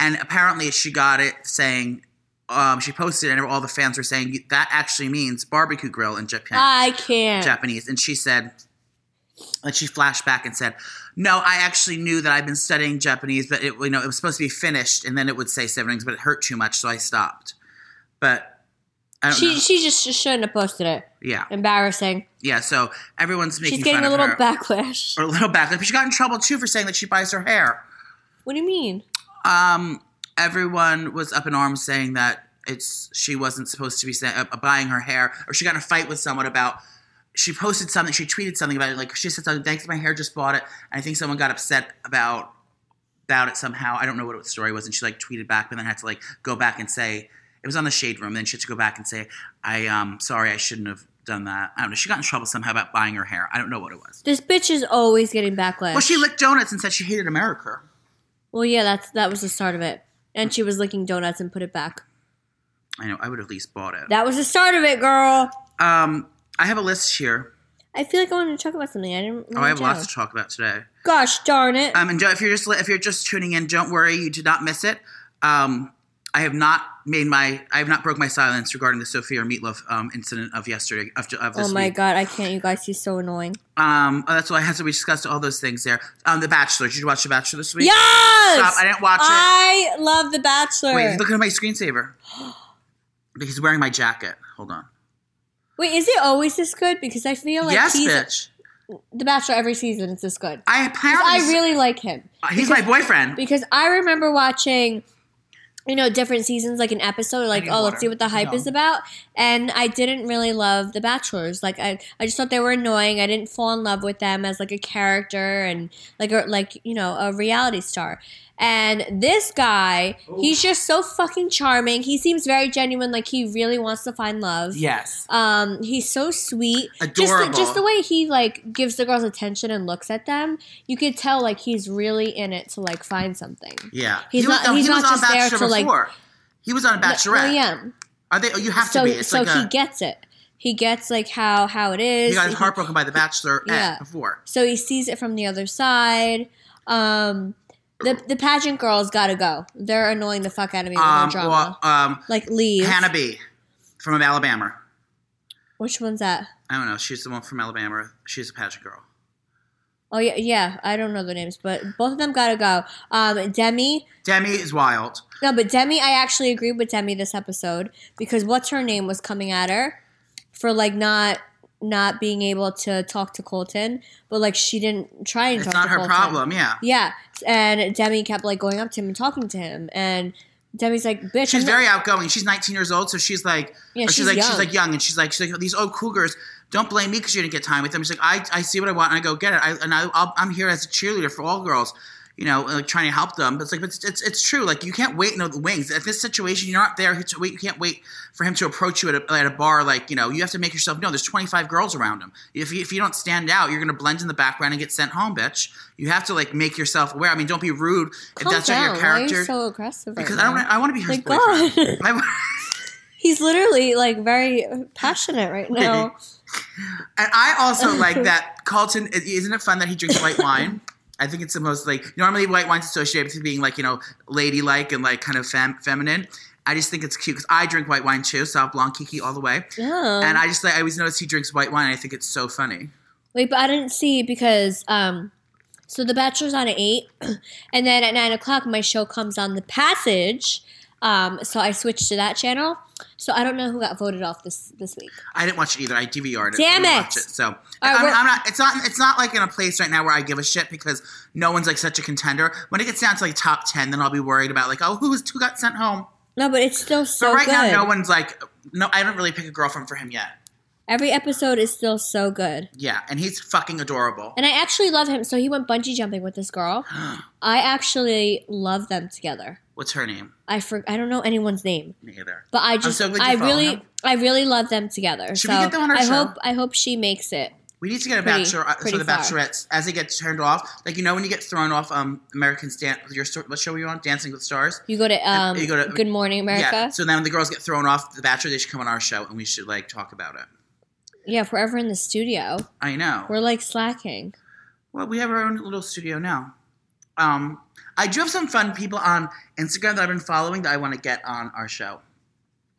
[SPEAKER 3] and apparently she got it saying. Um, she posted it and all the fans were saying that actually means barbecue grill in Japan.
[SPEAKER 4] I can't.
[SPEAKER 3] Japanese. And she said, and she flashed back and said, "No, I actually knew that I've been studying Japanese, but it, you know, it was supposed to be finished, and then it would say seven rings, but it hurt too much, so I stopped." But I don't
[SPEAKER 4] She
[SPEAKER 3] know.
[SPEAKER 4] she just shouldn't have posted it.
[SPEAKER 3] Yeah,
[SPEAKER 4] Embarrassing.
[SPEAKER 3] yeah. So everyone's making
[SPEAKER 4] She's getting
[SPEAKER 3] fun
[SPEAKER 4] a little
[SPEAKER 3] of her.
[SPEAKER 4] backlash.
[SPEAKER 3] or a little backlash. But she got in trouble too for saying that she buys her hair.
[SPEAKER 4] What do you mean?
[SPEAKER 3] Um, everyone was up in arms saying that it's she wasn't supposed to be say, uh, buying her hair, or she got in a fight with someone about. She posted something. She tweeted something about it. Like she said something. Thanks, my hair just bought it. And I think someone got upset about about it somehow. I don't know what the story was. And she like tweeted back, but then had to like go back and say it was on the shade room. Then she had to go back and say, "I um sorry, I shouldn't have done that." I don't know. She got in trouble somehow about buying her hair. I don't know what it was.
[SPEAKER 4] This bitch is always getting backlash.
[SPEAKER 3] Well, she licked donuts and said she hated America.
[SPEAKER 4] Well, yeah, that's that was the start of it. And she was licking donuts and put it back.
[SPEAKER 3] I know. I would have at least bought it.
[SPEAKER 4] That was the start of it, girl.
[SPEAKER 3] Um, I have a list here.
[SPEAKER 4] I feel like I wanted to talk about something. I didn't.
[SPEAKER 3] Oh, I have
[SPEAKER 4] write
[SPEAKER 3] lots to
[SPEAKER 4] down.
[SPEAKER 3] talk about today.
[SPEAKER 4] Gosh darn it!
[SPEAKER 3] Um, and don't- if you're just li- if you're just tuning in, don't worry, you did not miss it. Um, I have not made my I have not broke my silence regarding the Sophia or Meatloaf um, incident of yesterday of, of this
[SPEAKER 4] oh my
[SPEAKER 3] week.
[SPEAKER 4] god, I can't. You guys, he's so annoying.
[SPEAKER 3] Um, oh, that's why I had to we discussed all those things there. Um, The Bachelor. Did you watch The Bachelor this week?
[SPEAKER 4] Yes,
[SPEAKER 3] Stop! I didn't watch
[SPEAKER 4] I love The Bachelor.
[SPEAKER 3] it. Wait,
[SPEAKER 4] Wait,
[SPEAKER 3] look at my screensaver. He's wearing my jacket. Hold on.
[SPEAKER 4] is it always this good? Because I feel like
[SPEAKER 3] yes,
[SPEAKER 4] he's
[SPEAKER 3] bitch.
[SPEAKER 4] The Bachelor every season is this good.
[SPEAKER 3] I
[SPEAKER 4] Because
[SPEAKER 3] apparently
[SPEAKER 4] I really like him.
[SPEAKER 3] he's my boyfriend.
[SPEAKER 4] because I remember watching, you know, different seasons, like an episode, like,
[SPEAKER 3] need
[SPEAKER 4] oh,
[SPEAKER 3] water.
[SPEAKER 4] let's see what the hype
[SPEAKER 3] No.
[SPEAKER 4] is about. And I didn't really love The Bachelors. Like, I, I just thought they were annoying. I didn't fall in love with them as like a character and like, a, like you know, a reality star. And this guy, he's just so fucking charming. He seems very genuine. Like he really wants to find love.
[SPEAKER 3] Yes.
[SPEAKER 4] Um, he's so sweet. Just
[SPEAKER 3] Adorable.
[SPEAKER 4] the, just the way he like gives the girls attention and looks at them, you could tell like he's really in it to like find something.
[SPEAKER 3] Yeah.
[SPEAKER 4] He's
[SPEAKER 3] he was,
[SPEAKER 4] not-
[SPEAKER 3] no,
[SPEAKER 4] he's
[SPEAKER 3] he was
[SPEAKER 4] not
[SPEAKER 3] on
[SPEAKER 4] just there
[SPEAKER 3] Bachelor
[SPEAKER 4] to, like-
[SPEAKER 3] before. he was on Bachelorette.
[SPEAKER 4] Oh yeah.
[SPEAKER 3] Are they? Oh, you have
[SPEAKER 4] So
[SPEAKER 3] to be. It's
[SPEAKER 4] so
[SPEAKER 3] like
[SPEAKER 4] he
[SPEAKER 3] a,
[SPEAKER 4] gets it. He gets like how how it
[SPEAKER 3] he
[SPEAKER 4] is.
[SPEAKER 3] got heartbroken by the Bachelor
[SPEAKER 4] Yeah.
[SPEAKER 3] before.
[SPEAKER 4] so he sees it from the other side. Um, the the pageant girls gotta go. They're annoying the fuck out of me with
[SPEAKER 3] Um,
[SPEAKER 4] their drama.
[SPEAKER 3] well, um,
[SPEAKER 4] like leave.
[SPEAKER 3] Hannah B. from Alabama.
[SPEAKER 4] Which one's that?
[SPEAKER 3] I don't know. She's the one from Alabama. She's a pageant girl.
[SPEAKER 4] Oh yeah, yeah. I don't know their names, but both of them gotta go. Um, Demi.
[SPEAKER 3] Demi is wild.
[SPEAKER 4] No, but Demi, I actually agreed with Demi this episode because what's her name was coming at her for like not not being able to talk to Colton, but like she didn't try and
[SPEAKER 3] It's
[SPEAKER 4] talk
[SPEAKER 3] not
[SPEAKER 4] to
[SPEAKER 3] her
[SPEAKER 4] Colton.
[SPEAKER 3] problem. Yeah.
[SPEAKER 4] Yeah, and Demi kept like going up to him and talking to him, and Demi's like, "Bitch,
[SPEAKER 3] She's
[SPEAKER 4] I'm not-
[SPEAKER 3] very outgoing. She's 19 years old, so she's like,
[SPEAKER 4] Yeah,
[SPEAKER 3] or she's,
[SPEAKER 4] she's
[SPEAKER 3] like,
[SPEAKER 4] young.
[SPEAKER 3] she's like young, and she's like, she's like, these old cougars. Don't blame me because you didn't get time with them. She's like, I, I see what I want, and I go get it. I, and I, I'll, I'm here as a cheerleader for all girls, you know, like trying to help them. But it's like, but it's, it's, it's true. Like you can't wait in the wings. At this situation, you're not there to wait. You can't wait for him to approach you at a, at a bar. Like you know, you have to make yourself known. There's 25 girls around him. If you, if you don't stand out, you're gonna blend in the background and get sent home, bitch. You have to like make yourself aware. I mean, don't be rude if
[SPEAKER 4] Calm
[SPEAKER 3] that's
[SPEAKER 4] down.
[SPEAKER 3] not your
[SPEAKER 4] Why are
[SPEAKER 3] character.
[SPEAKER 4] you so aggressive? right
[SPEAKER 3] because I don't.
[SPEAKER 4] now?
[SPEAKER 3] I want to be her
[SPEAKER 4] Like,
[SPEAKER 3] boyfriend. I-
[SPEAKER 4] He's literally like very passionate right now.
[SPEAKER 3] And I also like that Carlton. Isn't it fun that he drinks white wine? I think it's the most like normally white wine's associated with being like you know ladylike and like kind of fem- feminine. I just think it's cute because I drink white wine too, South Blanc Kiki all the way.
[SPEAKER 4] Yeah.
[SPEAKER 3] And I just like I always notice he drinks white wine. And I think it's so funny.
[SPEAKER 4] Wait, but I didn't see because um, so The Bachelor's on at eight, and then at nine o'clock my show comes on The Passage. Um, so I switched to that channel. So I don't know who got voted off this this week.
[SPEAKER 3] I didn't watch it either. I DVR'd it.
[SPEAKER 4] Damn
[SPEAKER 3] I didn't
[SPEAKER 4] it.
[SPEAKER 3] watch So
[SPEAKER 4] right,
[SPEAKER 3] I'm,
[SPEAKER 4] we're-
[SPEAKER 3] I'm not. It's not. It's not like in a place right now where I give a shit because no one's like such a contender. When it gets down to like top ten, then I'll be worried about like oh who's who got sent home.
[SPEAKER 4] No, but it's still
[SPEAKER 3] But
[SPEAKER 4] so
[SPEAKER 3] right
[SPEAKER 4] good.
[SPEAKER 3] now, no one's like no. I don't really pick a girlfriend for him yet.
[SPEAKER 4] Every episode is still so good.
[SPEAKER 3] Yeah, and he's fucking adorable.
[SPEAKER 4] And I actually love him. So he went bungee jumping with this girl. I actually love them together.
[SPEAKER 3] What's her name?
[SPEAKER 4] I for, I don't know anyone's name,
[SPEAKER 3] Me either.
[SPEAKER 4] but I just
[SPEAKER 3] so glad you
[SPEAKER 4] I
[SPEAKER 3] follow
[SPEAKER 4] really
[SPEAKER 3] him.
[SPEAKER 4] I really love them together.
[SPEAKER 3] Should
[SPEAKER 4] so
[SPEAKER 3] we get them on our
[SPEAKER 4] I
[SPEAKER 3] show?
[SPEAKER 4] hope I hope she makes it.
[SPEAKER 3] We need to get a
[SPEAKER 4] Pretty-
[SPEAKER 3] bachelor uh,
[SPEAKER 4] pretty
[SPEAKER 3] so the
[SPEAKER 4] far.
[SPEAKER 3] bachelorettes as they get turned off. Like you know when you get thrown off um American Stan your sto- what show were you on? Dancing with Stars.
[SPEAKER 4] You go to um
[SPEAKER 3] you go to-
[SPEAKER 4] Good Morning America.
[SPEAKER 3] Yeah. So then when the girls get thrown off the bachelor, they should come on our show and we should like talk about it.
[SPEAKER 4] Yeah, if we're ever in the studio,
[SPEAKER 3] I know.
[SPEAKER 4] we're like slacking.
[SPEAKER 3] well, we have our own little studio now. Um I do have some fun people on Instagram that I've been following that I want to get on our show.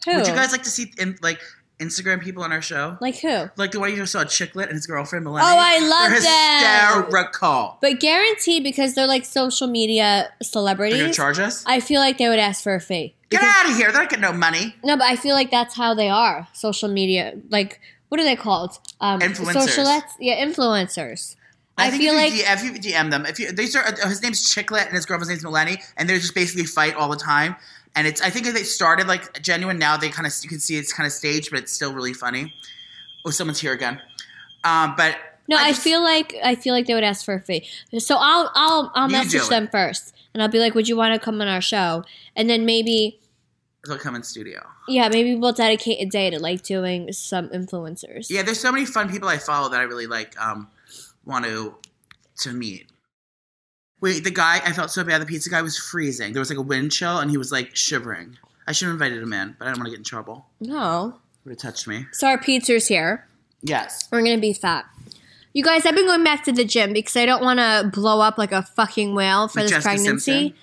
[SPEAKER 4] Who?
[SPEAKER 3] Would you guys like to see in, like Instagram people on our show?
[SPEAKER 4] like who?
[SPEAKER 3] Like the one you just saw, Chicklet and his girlfriend Melanie.
[SPEAKER 4] Oh, I love
[SPEAKER 3] They're
[SPEAKER 4] them.
[SPEAKER 3] hysterical.
[SPEAKER 4] But guaranteed because they're like social media
[SPEAKER 3] They're gonna
[SPEAKER 4] celebrities.
[SPEAKER 3] charge us.
[SPEAKER 4] I feel like they would ask for a fee.
[SPEAKER 3] Get
[SPEAKER 4] Because-
[SPEAKER 3] out of here! They're not getting no money.
[SPEAKER 4] No, but I feel like that's how they are. Social media, like what are they called? Um,
[SPEAKER 3] Influencers.
[SPEAKER 4] Socialettes, yeah, influencers. I,
[SPEAKER 3] think
[SPEAKER 4] feel
[SPEAKER 3] if
[SPEAKER 4] like
[SPEAKER 3] you D- if you DM them, if you these are uh, his name's Chicklet and his girlfriend's name's Melanie, and they just basically fight all the time. And it's I think they started like genuine. Now they kind of you can see it's kind of staged, but it's still really funny. Oh, someone's here again. Um, but
[SPEAKER 4] no, I,
[SPEAKER 3] just-
[SPEAKER 4] feel like I feel like they would ask for a fee. So I'll I'll I'll
[SPEAKER 3] You do
[SPEAKER 4] message
[SPEAKER 3] it.
[SPEAKER 4] them first, and I'll be like, "Would you want to come on our show?" And then maybe
[SPEAKER 3] they'll come in studio.
[SPEAKER 4] yeah, maybe we'll dedicate a day to like doing some influencers.
[SPEAKER 3] Yeah, there's so many fun people I follow that I really like um, want to to meet. Wait, the guy I felt so bad. The pizza guy was freezing. There was like a wind chill, and he was like shivering. I should have invited him in, but I don't want to get in trouble.
[SPEAKER 4] No,
[SPEAKER 3] Would have touched me.
[SPEAKER 4] so our pizzas here.
[SPEAKER 3] Yes.
[SPEAKER 4] We're gonna be fat. You guys, I've been going back to the gym because I don't want to blow up like a fucking whale for
[SPEAKER 3] With
[SPEAKER 4] this
[SPEAKER 3] Jessica
[SPEAKER 4] pregnancy.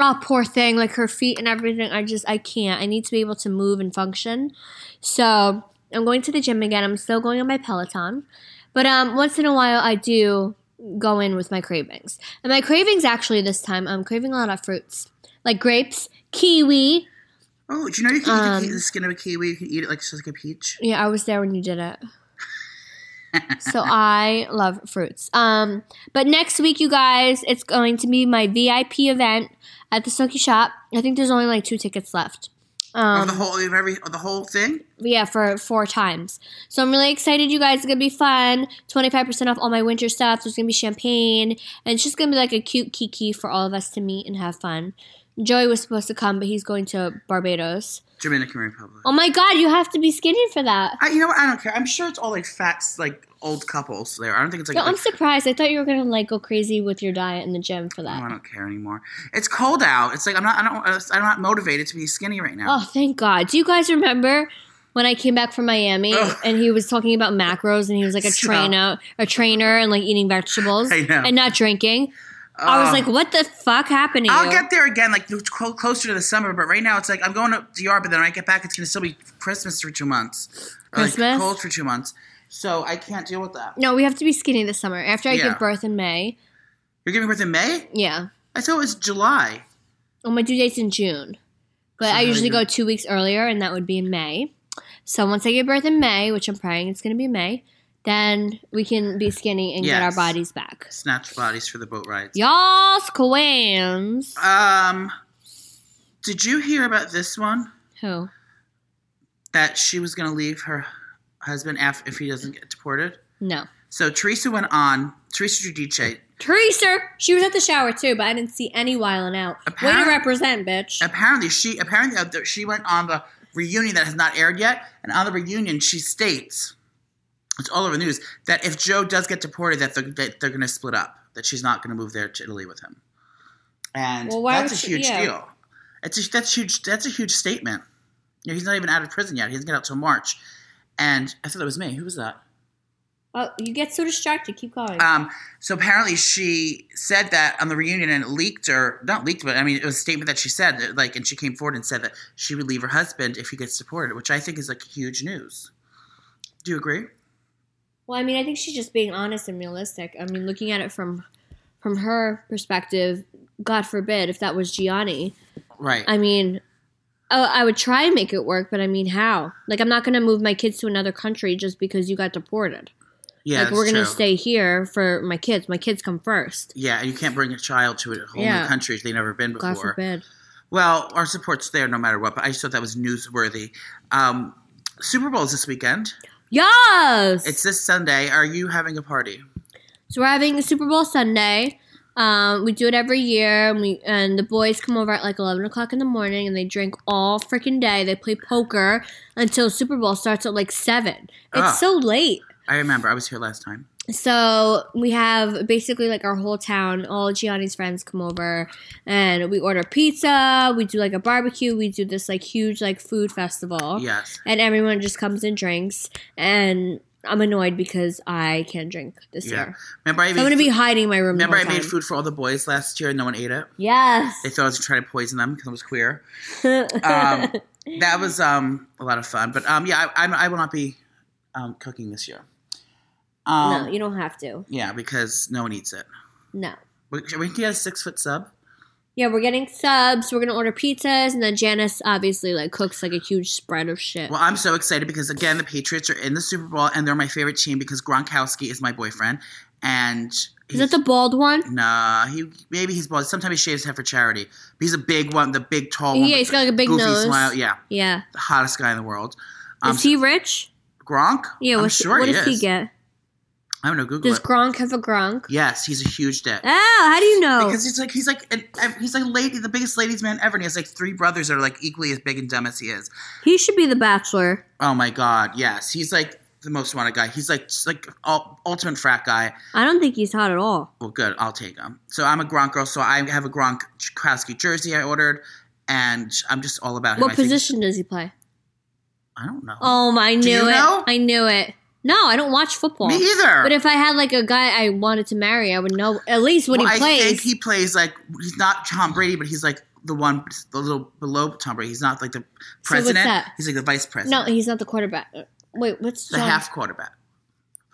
[SPEAKER 4] Oh, poor thing, like her feet and everything. I just, I can't. I need to be able to move and function. So I'm going to the gym again. I'm still going on my Peloton, but um, once in a while I do go in with my cravings. And my cravings actually this time, I'm craving a lot of fruits like grapes, kiwi.
[SPEAKER 3] Oh, do you know you can eat the, ki-
[SPEAKER 4] Um,
[SPEAKER 3] the skin of a kiwi? You can eat it like it's just like a peach.
[SPEAKER 4] Yeah, I was there when you did it. so I love fruits. Um, but next week, you guys, it's going to be my VIP event at the Snooki Shop. I think there's only like two tickets left.
[SPEAKER 3] of the
[SPEAKER 4] Um,
[SPEAKER 3] whole of every of the whole thing.
[SPEAKER 4] yeah, for four times. So I'm really excited, you guys. It's gonna be fun. 25% off all my winter stuff. There's gonna be champagne, and it's just gonna be like a cute kiki for all of us to meet and have fun. Joey was supposed to come, but he's going to Barbados.
[SPEAKER 3] Dominican Republic.
[SPEAKER 4] Oh my God, you have to be skinny for that.
[SPEAKER 3] I, you know what? I don't care. I'm sure it's all like fat, like old couples there. I don't think it's like.
[SPEAKER 4] No,
[SPEAKER 3] like
[SPEAKER 4] I'm surprised. I thought you were gonna like go crazy with your diet in the gym for
[SPEAKER 3] Oh, I
[SPEAKER 4] that.
[SPEAKER 3] don't care anymore. It's cold out. It's like I'm not. I don't. I'm not motivated to be skinny right now.
[SPEAKER 4] Oh, thank God. Do you guys remember when I came back from Miami
[SPEAKER 3] Ugh.
[SPEAKER 4] and he was talking about macros and he was like a
[SPEAKER 3] Stop.
[SPEAKER 4] trainer, a trainer, and like eating vegetables
[SPEAKER 3] I know.
[SPEAKER 4] and not drinking? I was
[SPEAKER 3] Um,
[SPEAKER 4] like, what the fuck happened to you?
[SPEAKER 3] I'll get there again, like cl- closer to the summer. But right now, it's like I'm going to DR, but then when I get back, it's going to still be Christmas for two months, or
[SPEAKER 4] Christmas?
[SPEAKER 3] like cold for two months. So I can't deal with that.
[SPEAKER 4] no, we have to be skinny this summer. After I
[SPEAKER 3] Yeah.
[SPEAKER 4] give birth in May.
[SPEAKER 3] You're giving birth in May?
[SPEAKER 4] Yeah.
[SPEAKER 3] I thought it was July.
[SPEAKER 4] Well, Oh, my due date's in June, but
[SPEAKER 3] So
[SPEAKER 4] I
[SPEAKER 3] how
[SPEAKER 4] usually
[SPEAKER 3] you-
[SPEAKER 4] go two weeks earlier, and that would be in May. So once I give birth in May, which I'm praying it's going to be May, then we can be skinny and get our
[SPEAKER 3] Yes.
[SPEAKER 4] bodies back.
[SPEAKER 3] Snatch bodies for the boat rides.
[SPEAKER 4] Y'all's queens.
[SPEAKER 3] Um, did you hear about this one?
[SPEAKER 4] Who?
[SPEAKER 3] That she was going to leave her husband af- if he doesn't get deported.
[SPEAKER 4] No.
[SPEAKER 3] So Teresa went on. Teresa Giudice.
[SPEAKER 4] Teresa. She was at the shower too, but I didn't see any whiling out. Way to
[SPEAKER 3] Apparent-
[SPEAKER 4] represent, bitch.
[SPEAKER 3] Apparently, she apparently uh, th- she went on the reunion that has not aired yet, and on the reunion she states, it's all over the news that if Joe does get deported, that they're, that they're going to split up. That she's not going to move there to Italy with him. And
[SPEAKER 4] Well, why
[SPEAKER 3] that's a
[SPEAKER 4] would she-
[SPEAKER 3] huge
[SPEAKER 4] yeah.
[SPEAKER 3] deal. It's a, that's huge. That's a huge statement. You know, he's not even out of prison yet. He doesn't get out till March. And I thought that was me. Who was that?
[SPEAKER 4] oh, you get so distracted. Keep going.
[SPEAKER 3] Um, so apparently she said that on the reunion and it leaked or not leaked, but I mean it was a statement that she said that, like and she came forward and said that she would leave her husband if he gets deported, which I think is like huge news. Do you agree?
[SPEAKER 4] Well, I mean, I think she's just being honest and realistic. I mean, looking at it from from her perspective, God forbid if that was Gianni.
[SPEAKER 3] Right.
[SPEAKER 4] I mean, oh, I would try and make it work, but I mean, how? Like, I'm not going to move my kids to another country just because you got deported.
[SPEAKER 3] yeah,
[SPEAKER 4] like, we're
[SPEAKER 3] that's
[SPEAKER 4] going to
[SPEAKER 3] true.
[SPEAKER 4] stay here for my kids. My kids come first.
[SPEAKER 3] Yeah, you can't bring a child to a whole
[SPEAKER 4] Yeah.
[SPEAKER 3] new country they've never been
[SPEAKER 4] God
[SPEAKER 3] before.
[SPEAKER 4] forbid.
[SPEAKER 3] Well, our support's there no matter what, but I just thought that was newsworthy. Um, Super Bowl's this weekend.
[SPEAKER 4] Yes!
[SPEAKER 3] It's this Sunday. Are you having a party?
[SPEAKER 4] So we're having a Super Bowl Sunday. Um, we do it every year, and we and the boys come over at like eleven o'clock in the morning, and they drink all freaking day. They play poker until Super Bowl starts at like seven. It's
[SPEAKER 3] Ah.
[SPEAKER 4] so late.
[SPEAKER 3] I remember I was here last time.
[SPEAKER 4] So we have basically like our whole town, all Gianni's friends come over, and we order pizza. We do like a barbecue. We do this like huge like food festival,
[SPEAKER 3] Yes.
[SPEAKER 4] and everyone just comes and drinks. And I'm annoyed because I can't drink this
[SPEAKER 3] Yeah.
[SPEAKER 4] year.
[SPEAKER 3] Remember I
[SPEAKER 4] So I'm gonna
[SPEAKER 3] even-
[SPEAKER 4] be hiding in my room. the
[SPEAKER 3] Remember, I
[SPEAKER 4] whole
[SPEAKER 3] made
[SPEAKER 4] time.
[SPEAKER 3] food for all the boys last year and no one ate it.
[SPEAKER 4] Yes.
[SPEAKER 3] They thought I was trying to poison them because I was queer. Um,
[SPEAKER 4] Mm.
[SPEAKER 3] that was um, a lot of fun. But um, yeah, I, I'm- I, will not be um, cooking this year. Um,
[SPEAKER 4] no, you don't have to.
[SPEAKER 3] yeah, because no one eats it.
[SPEAKER 4] No.
[SPEAKER 3] We, should we get a six foot sub?
[SPEAKER 4] Yeah, we're getting subs. We're gonna order pizzas, and then Janice obviously like cooks like a huge spread of shit.
[SPEAKER 3] Well, I'm so excited because again, the Patriots are in the Super Bowl and they're my favorite team because Gronkowski is my boyfriend. And
[SPEAKER 4] Is that the bald one?
[SPEAKER 3] Nah, he maybe he's bald. Sometimes he shaves head for charity. But he's a big one, the big tall one.
[SPEAKER 4] Yeah,
[SPEAKER 3] with
[SPEAKER 4] he's
[SPEAKER 3] the
[SPEAKER 4] got, like, a big
[SPEAKER 3] goofy
[SPEAKER 4] nose.
[SPEAKER 3] Smile. Yeah,
[SPEAKER 4] Yeah.
[SPEAKER 3] the hottest guy in the world. Um,
[SPEAKER 4] Is he rich?
[SPEAKER 3] Gronk?
[SPEAKER 4] Yeah.
[SPEAKER 3] I'm
[SPEAKER 4] What's,
[SPEAKER 3] sure
[SPEAKER 4] what
[SPEAKER 3] he
[SPEAKER 4] does
[SPEAKER 3] is.
[SPEAKER 4] he get?
[SPEAKER 3] I'm gonna Google
[SPEAKER 4] Does
[SPEAKER 3] it.
[SPEAKER 4] Gronk have a Gronk?
[SPEAKER 3] yes, he's a huge dick.
[SPEAKER 4] Oh, how do you know?
[SPEAKER 3] Because he's like he's like an, he's like lady, the biggest ladies man ever, and he has like three brothers that are like equally as big and dumb as he is.
[SPEAKER 4] he should be the bachelor.
[SPEAKER 3] Oh my god, yes, he's like the most wanted guy. He's like just like ul- ultimate frat guy.
[SPEAKER 4] I don't think he's hot at all.
[SPEAKER 3] Well, good, I'll take him. So I'm a Gronk girl, so I have a Gronk Krowski jersey I ordered, and I'm just all about him.
[SPEAKER 4] What
[SPEAKER 3] I think-
[SPEAKER 4] position does he play?
[SPEAKER 3] I don't know.
[SPEAKER 4] Oh, my, I knew
[SPEAKER 3] you
[SPEAKER 4] it.
[SPEAKER 3] know?
[SPEAKER 4] I knew it. No, I don't watch football.
[SPEAKER 3] Me either.
[SPEAKER 4] But if I had like a guy I wanted to marry, I would know at least what
[SPEAKER 3] Well,
[SPEAKER 4] he plays.
[SPEAKER 3] I think he plays like he's not Tom Brady, but he's like the one the little below Tom Brady. He's not like the president.
[SPEAKER 4] that?
[SPEAKER 3] He's like the vice president.
[SPEAKER 4] No, he's not the quarterback. Uh, Wait, what's
[SPEAKER 3] the
[SPEAKER 4] John-
[SPEAKER 3] half quarterback.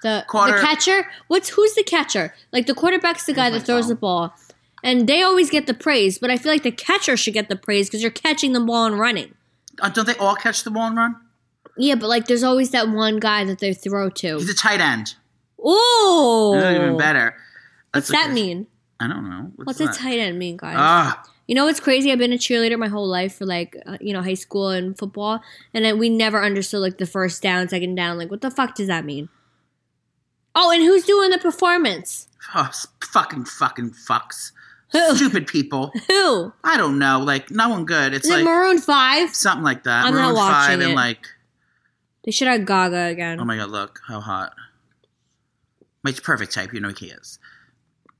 [SPEAKER 4] the, the
[SPEAKER 3] quarter-
[SPEAKER 4] catcher? What's who's the catcher? Like the quarterback's the guy
[SPEAKER 3] my
[SPEAKER 4] that throws
[SPEAKER 3] phone.
[SPEAKER 4] the ball, and they always get the praise. But I feel like the catcher should get the praise because you're catching the ball and running.
[SPEAKER 3] Uh, don't they all catch the ball and run?
[SPEAKER 4] Yeah, but like there's always that one guy that they throw to.
[SPEAKER 3] He's a tight end.
[SPEAKER 4] Oh,
[SPEAKER 3] That's even better.
[SPEAKER 4] What's that mean?
[SPEAKER 3] I don't know.
[SPEAKER 4] What's a
[SPEAKER 3] that?
[SPEAKER 4] tight end mean, guys?
[SPEAKER 3] Ah,
[SPEAKER 4] You know what's crazy? I've been a cheerleader my whole life for like uh, you know high school and football, and then we never understood like the first down, second down. Like, what the fuck does that mean? Oh, and who's doing the performance?
[SPEAKER 3] oh, s- fucking fucking fucks.
[SPEAKER 4] Who?
[SPEAKER 3] Stupid people.
[SPEAKER 4] Who?
[SPEAKER 3] I don't know. Like no one good. It's
[SPEAKER 4] Is it
[SPEAKER 3] like
[SPEAKER 4] Maroon Five?
[SPEAKER 3] something like that.
[SPEAKER 4] I'm not
[SPEAKER 3] Maroon
[SPEAKER 4] watching
[SPEAKER 3] Five and
[SPEAKER 4] it.
[SPEAKER 3] like
[SPEAKER 4] They should have Gaga again.
[SPEAKER 3] oh my god, look how hot. My perfect type. You know he is.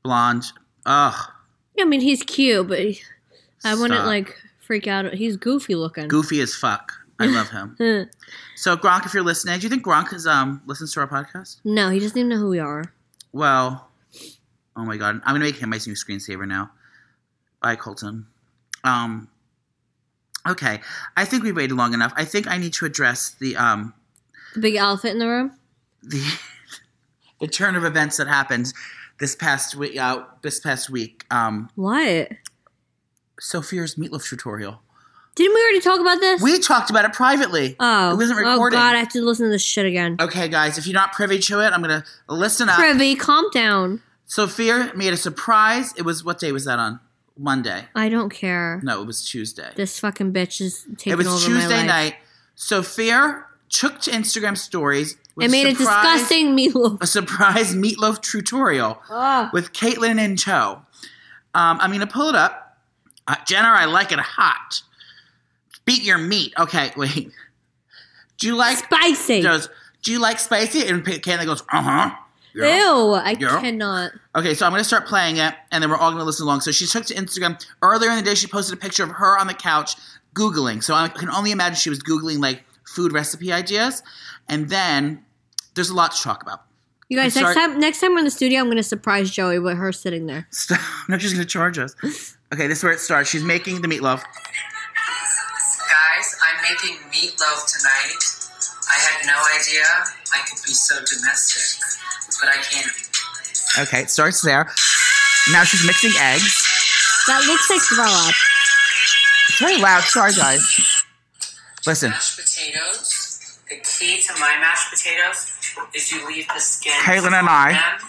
[SPEAKER 3] Blonde. Ugh.
[SPEAKER 4] I mean, he's cute, but he- I wouldn't
[SPEAKER 3] Stop.
[SPEAKER 4] like freak out. He's goofy looking. Hmm.
[SPEAKER 3] Goofy as fuck. I love him.
[SPEAKER 4] Huh.
[SPEAKER 3] so Gronk, if you're listening, do you think Gronk is um listens to our podcast?
[SPEAKER 4] no, he doesn't even know who we are.
[SPEAKER 3] Well, Oh my god, I'm gonna make him my new screensaver now. Bye, Colton. Um, okay, I think we waited long enough. I think I need to address the um
[SPEAKER 4] The big elephant in the room.
[SPEAKER 3] the the turn of events that happened this past week. Uh, this past week, um,
[SPEAKER 4] What?
[SPEAKER 3] Sophia's meatloaf tutorial.
[SPEAKER 4] Didn't we already talk about this?
[SPEAKER 3] We talked about it privately.
[SPEAKER 4] oh,
[SPEAKER 3] it wasn't
[SPEAKER 4] oh
[SPEAKER 3] recorded.
[SPEAKER 4] God, I have to listen to this shit again.
[SPEAKER 3] Okay, guys, if you're not privy to it, I'm gonna listen up.
[SPEAKER 4] Privy, calm down.
[SPEAKER 3] Sophia made a surprise. It was what day was that on? Monday.
[SPEAKER 4] I don't care.
[SPEAKER 3] No, it was Tuesday.
[SPEAKER 4] This fucking bitch is taking
[SPEAKER 3] it was
[SPEAKER 4] over my
[SPEAKER 3] Tuesday
[SPEAKER 4] life.
[SPEAKER 3] night. Sophia took to Instagram stories.
[SPEAKER 4] I made a
[SPEAKER 3] surprise-
[SPEAKER 4] disgusting Ah, meatloaf.
[SPEAKER 3] A surprise meatloaf tutorial
[SPEAKER 4] Ugh.
[SPEAKER 3] with Caitlin in tow. Um, I'm gonna pull it up. Uh, Jenna, I like it hot. Beat your meat. Okay, wait. Do you like?
[SPEAKER 4] Spicy.
[SPEAKER 3] Goes, do you like spicy? And P- Caitlin goes, uh huh.
[SPEAKER 4] Ew, I
[SPEAKER 3] Yeah.
[SPEAKER 4] cannot.
[SPEAKER 3] Okay, so I'm gonna start playing it, and then we're all gonna listen along. So she took to Instagram earlier in the day. She posted a picture of her on the couch googling. So I can only imagine she was googling like food recipe ideas, and then there's a lot to talk about.
[SPEAKER 4] You guys,
[SPEAKER 3] I'm
[SPEAKER 4] next
[SPEAKER 3] sorry.
[SPEAKER 4] time, next time we're in the studio, I'm gonna surprise Joey with her sitting there.
[SPEAKER 3] Stop. No, she's gonna charge us. Okay, this is where it starts. She's making the meatloaf.
[SPEAKER 5] Guys, I'm making meatloaf tonight. I had no idea I could be so domestic, but I can.
[SPEAKER 3] Okay, it starts there. Now she's mixing eggs.
[SPEAKER 4] That looks like throw up.
[SPEAKER 3] It's very loud. Sorry, guys. Listen,
[SPEAKER 5] Mashed potatoes. The key to my mashed potatoes is you leave the skin.
[SPEAKER 3] Caitlin and I.
[SPEAKER 5] on them,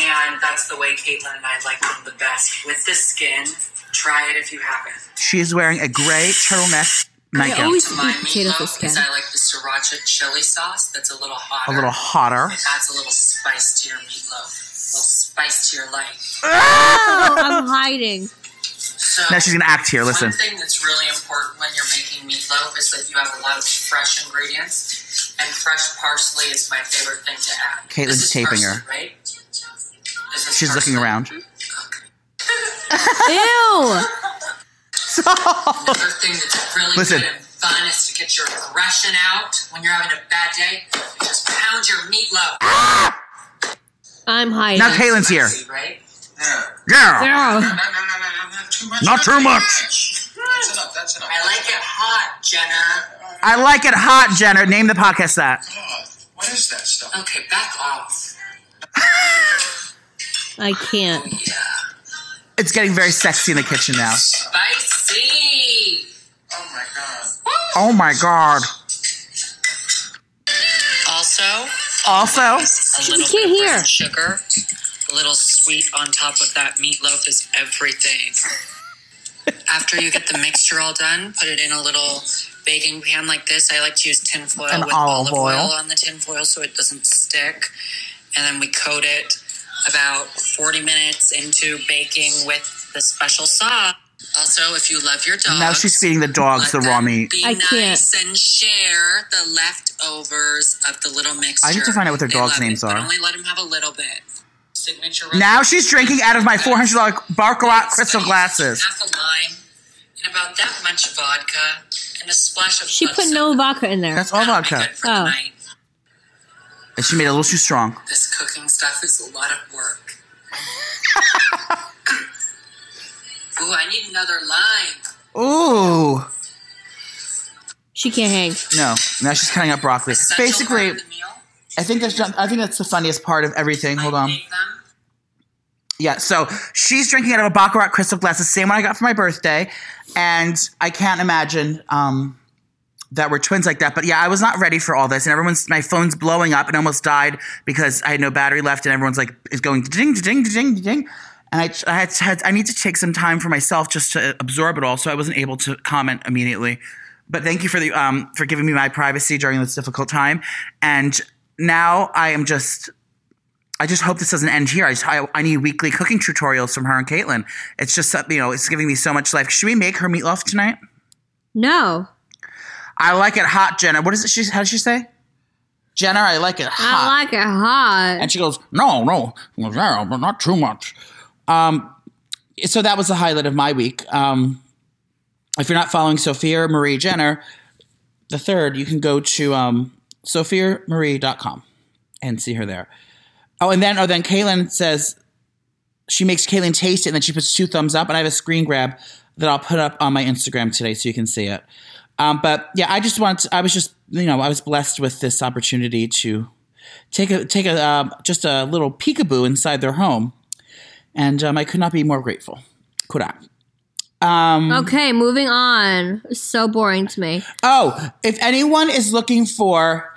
[SPEAKER 5] And that's the way Caitlin and I like them the best. With the skin, try it if you haven't.
[SPEAKER 3] she's wearing a gray turtleneck nightgown.
[SPEAKER 4] always-
[SPEAKER 5] My
[SPEAKER 4] Sweet potato
[SPEAKER 5] meatloaf
[SPEAKER 4] with skin.
[SPEAKER 5] is I like the sriracha chili sauce that's a little
[SPEAKER 3] a
[SPEAKER 5] hotter.
[SPEAKER 3] little hotter.
[SPEAKER 5] adds a little spice to your meatloaf, a little spice to your life.
[SPEAKER 4] Oh, I'm hiding.
[SPEAKER 5] So
[SPEAKER 3] Now she's gonna act here. Listen.
[SPEAKER 5] One thing that's really important when you're making meatloaf is that you have a lot of fresh ingredients, and fresh parsley is my favorite thing to add.
[SPEAKER 3] Caitlin's
[SPEAKER 5] This is
[SPEAKER 3] taping
[SPEAKER 5] parsley,
[SPEAKER 3] her.
[SPEAKER 5] Right? This is
[SPEAKER 3] She's looking
[SPEAKER 5] parsley.
[SPEAKER 3] around.
[SPEAKER 4] Ew.
[SPEAKER 5] Another thing that's really
[SPEAKER 3] Listen.
[SPEAKER 5] good and fun is to get your aggression out when you're having a bad day. Just pound your meatloaf.
[SPEAKER 4] I'm hiding.
[SPEAKER 3] Now Caitlin's here.
[SPEAKER 5] Spicy, Right?
[SPEAKER 3] Yeah.
[SPEAKER 4] Ew.
[SPEAKER 3] Not too much.
[SPEAKER 5] That's enough. That's enough. I like it hot, Jenna.
[SPEAKER 3] I like it hot, Jenner. Name the podcast that.
[SPEAKER 2] What is that stuff?
[SPEAKER 5] Okay, back off.
[SPEAKER 4] I can't.
[SPEAKER 5] Yeah.
[SPEAKER 3] It's getting very sexy in the kitchen now.
[SPEAKER 5] Spicy. Oh my god.
[SPEAKER 3] Oh my god.
[SPEAKER 5] Also,
[SPEAKER 3] Also,
[SPEAKER 5] a
[SPEAKER 4] She
[SPEAKER 5] little
[SPEAKER 4] can't
[SPEAKER 5] bit of
[SPEAKER 4] hear.
[SPEAKER 5] brown sugar, a little sweet on top of that meatloaf is everything. After you get the mixture all done, put it in a little baking pan like this. I like to use tin foil
[SPEAKER 3] An
[SPEAKER 5] with
[SPEAKER 3] olive
[SPEAKER 5] olive oil.
[SPEAKER 3] oil.
[SPEAKER 5] on the tin foil so it doesn't stick. And then we coat it about 40 minutes into baking with the special sauce. Also, if you love your dog,
[SPEAKER 3] now she's feeding the dogs the
[SPEAKER 5] let
[SPEAKER 3] raw
[SPEAKER 5] them
[SPEAKER 3] meat.
[SPEAKER 5] Be
[SPEAKER 4] I can't.
[SPEAKER 5] nice and share the leftovers of the little mixture.
[SPEAKER 3] I need to find out what their
[SPEAKER 5] They
[SPEAKER 3] dogs'
[SPEAKER 5] love
[SPEAKER 3] names
[SPEAKER 5] it, but
[SPEAKER 3] are.
[SPEAKER 5] only let them have a little bit. Signature.
[SPEAKER 3] Now she's drinking out of my $400 Baccarat crystal glasses.
[SPEAKER 5] Half a lime and about that much vodka and a splash of.
[SPEAKER 4] She
[SPEAKER 5] club
[SPEAKER 4] put no
[SPEAKER 5] soda.
[SPEAKER 4] vodka in there.
[SPEAKER 3] That's all
[SPEAKER 5] That'll be
[SPEAKER 3] vodka.
[SPEAKER 5] good for
[SPEAKER 4] Oh.
[SPEAKER 5] tonight.
[SPEAKER 3] And she made it a little too strong.
[SPEAKER 5] This cooking stuff is a lot of work. Ooh, I need another lime.
[SPEAKER 3] Ooh.
[SPEAKER 4] She can't hang.
[SPEAKER 3] No. Now she's cutting up broccoli.
[SPEAKER 5] Essential
[SPEAKER 3] Basically,
[SPEAKER 5] part of the meal.
[SPEAKER 3] I think that's I think that's the funniest part of everything. Hold
[SPEAKER 5] I
[SPEAKER 3] on.
[SPEAKER 5] make them.
[SPEAKER 3] Yeah, so she's drinking out of a Baccarat crystal glass, the same one I got for my birthday. And I can't imagine um, that we're twins like that. But yeah, I was not ready for all this. And everyone's, my phone's blowing up and almost died because I had no battery left. And everyone's like, is going ding, ding, ding, ding. And I, I, had, had, I need to take some time for myself just to absorb it all. So I wasn't able to comment immediately. But thank you for the um, for giving me my privacy during this difficult time. And now I am just I just hope this doesn't end here. I, just, I I need weekly cooking tutorials from her and Caitlin. It's just so- you know it's giving me so much life. Should we make her meatloaf tonight?
[SPEAKER 4] No.
[SPEAKER 3] I like it hot, Jenna. What is it? She how does she say? Jenna, I like it hot.
[SPEAKER 4] I like it hot.
[SPEAKER 3] and she goes, no, no, no, but not too much. Um, so that was the highlight of my week. Um, if you're not following Sophia or Marie Jenner, the third, you can go to um, sophiamarie.com and see her there. Oh, and then oh, then Caitlin says she makes Kaylin taste it, and then she puts two thumbs up. And I have a screen grab that I'll put up on my Instagram today, so you can see it. Um, but yeah, I just want. I was just you know I was blessed with this opportunity to take a take a uh, just a little peekaboo inside their home, and um, I could not be more grateful. Could I?
[SPEAKER 4] Okay, moving on. So boring to me.
[SPEAKER 3] Oh, if anyone is looking for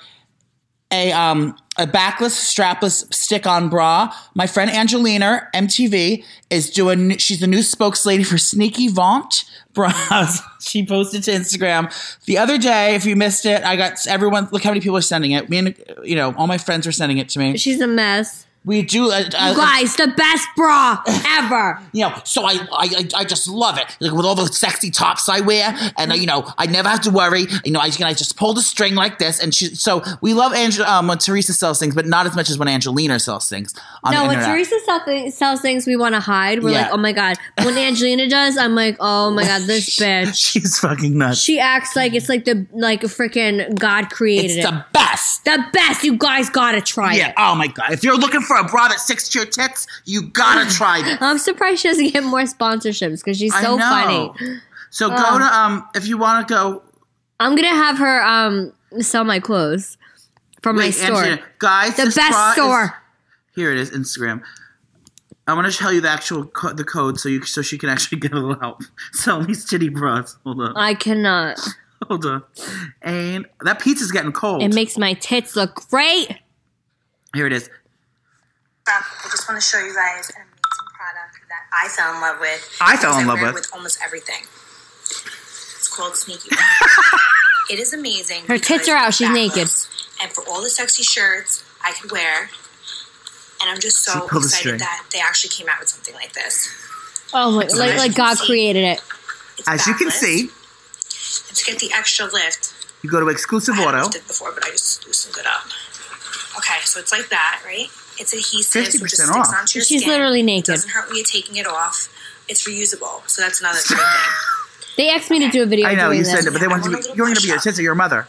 [SPEAKER 3] a um a backless, strapless, stick-on bra, my friend Angelina MTV is doing. She's the new spokeslady for Sneaky Vaunt bras. she posted to Instagram the other day. If you missed it, I got everyone. Look how many people are sending it. Me and you know all my friends are sending it to me.
[SPEAKER 4] She's a mess.
[SPEAKER 3] We do. Uh, uh,
[SPEAKER 4] Guys, the best bra ever.
[SPEAKER 3] you know, so I, I, I- I just love it. Like with all the sexy tops I wear, and uh, you know, I never have to worry. You know, I can I just pull the string like this, and she. So we love Angel um, when Teresa sells things, but not as much as when Angelina sells things on
[SPEAKER 4] No,
[SPEAKER 3] the
[SPEAKER 4] when
[SPEAKER 3] internet.
[SPEAKER 4] Teresa sells things, sells things we want to hide, we're
[SPEAKER 3] Yeah.
[SPEAKER 4] like, oh my god. When Angelina does, I'm like, oh my god, this bitch.
[SPEAKER 3] she's fucking nuts.
[SPEAKER 4] She acts like it's like the like freaking God created
[SPEAKER 3] it's
[SPEAKER 4] it.
[SPEAKER 3] the best.
[SPEAKER 4] the best. You guys gotta try
[SPEAKER 3] Yeah.
[SPEAKER 4] it.
[SPEAKER 3] Oh my god. If you're looking for a bra that sticks to your tits, you gotta try this.
[SPEAKER 4] I'm surprised she doesn't get more sponsorships because she's so funny.
[SPEAKER 3] So go to um if you want to go
[SPEAKER 4] I'm gonna have her um sell my clothes from my
[SPEAKER 3] Wait,
[SPEAKER 4] store.
[SPEAKER 3] Angelina, guys.
[SPEAKER 4] the
[SPEAKER 3] this bra
[SPEAKER 4] best
[SPEAKER 3] is-
[SPEAKER 4] store.
[SPEAKER 3] Here it is, Instagram. I want to tell you the actual co- the code so you so she can actually get a little help. Sell these titty bras. Hold on,
[SPEAKER 4] I cannot.
[SPEAKER 3] hold on. And that pizza's getting cold.
[SPEAKER 4] It makes my tits look great.
[SPEAKER 3] Here it is.
[SPEAKER 6] up. I just want to show you guys an amazing product that I fell in love with.
[SPEAKER 3] I fell
[SPEAKER 6] Because
[SPEAKER 3] in love
[SPEAKER 6] wear it
[SPEAKER 3] with.
[SPEAKER 6] with almost everything. It's called Sneaky. it is amazing.
[SPEAKER 4] Her tits
[SPEAKER 6] because
[SPEAKER 4] are out, she's
[SPEAKER 6] it's
[SPEAKER 4] naked.
[SPEAKER 6] backless. And for all the sexy shirts I could wear, and I'm just
[SPEAKER 3] She
[SPEAKER 6] so
[SPEAKER 3] pulled a string.
[SPEAKER 6] excited that they actually came out with something like this.
[SPEAKER 4] Oh my! Like, like God created it.
[SPEAKER 6] It's
[SPEAKER 3] As you can
[SPEAKER 6] backless.
[SPEAKER 3] see,
[SPEAKER 6] And to get the extra lift,
[SPEAKER 3] you go to exclusive
[SPEAKER 6] I haven't
[SPEAKER 3] auto.
[SPEAKER 6] used it before, but I just loosened it up. Okay, so it's like that, right? It's adhesive, so it just
[SPEAKER 3] 50%
[SPEAKER 6] sticks
[SPEAKER 3] off.
[SPEAKER 6] onto your
[SPEAKER 4] She's
[SPEAKER 6] skin.
[SPEAKER 4] literally
[SPEAKER 6] It
[SPEAKER 4] naked.
[SPEAKER 6] doesn't hurt when you're taking it off. It's reusable, so that's another great thing.
[SPEAKER 4] They asked me to do a video.
[SPEAKER 3] I know
[SPEAKER 4] doing
[SPEAKER 3] you
[SPEAKER 4] this.
[SPEAKER 3] said it, but they want to be. You're going to be a sister, your mother.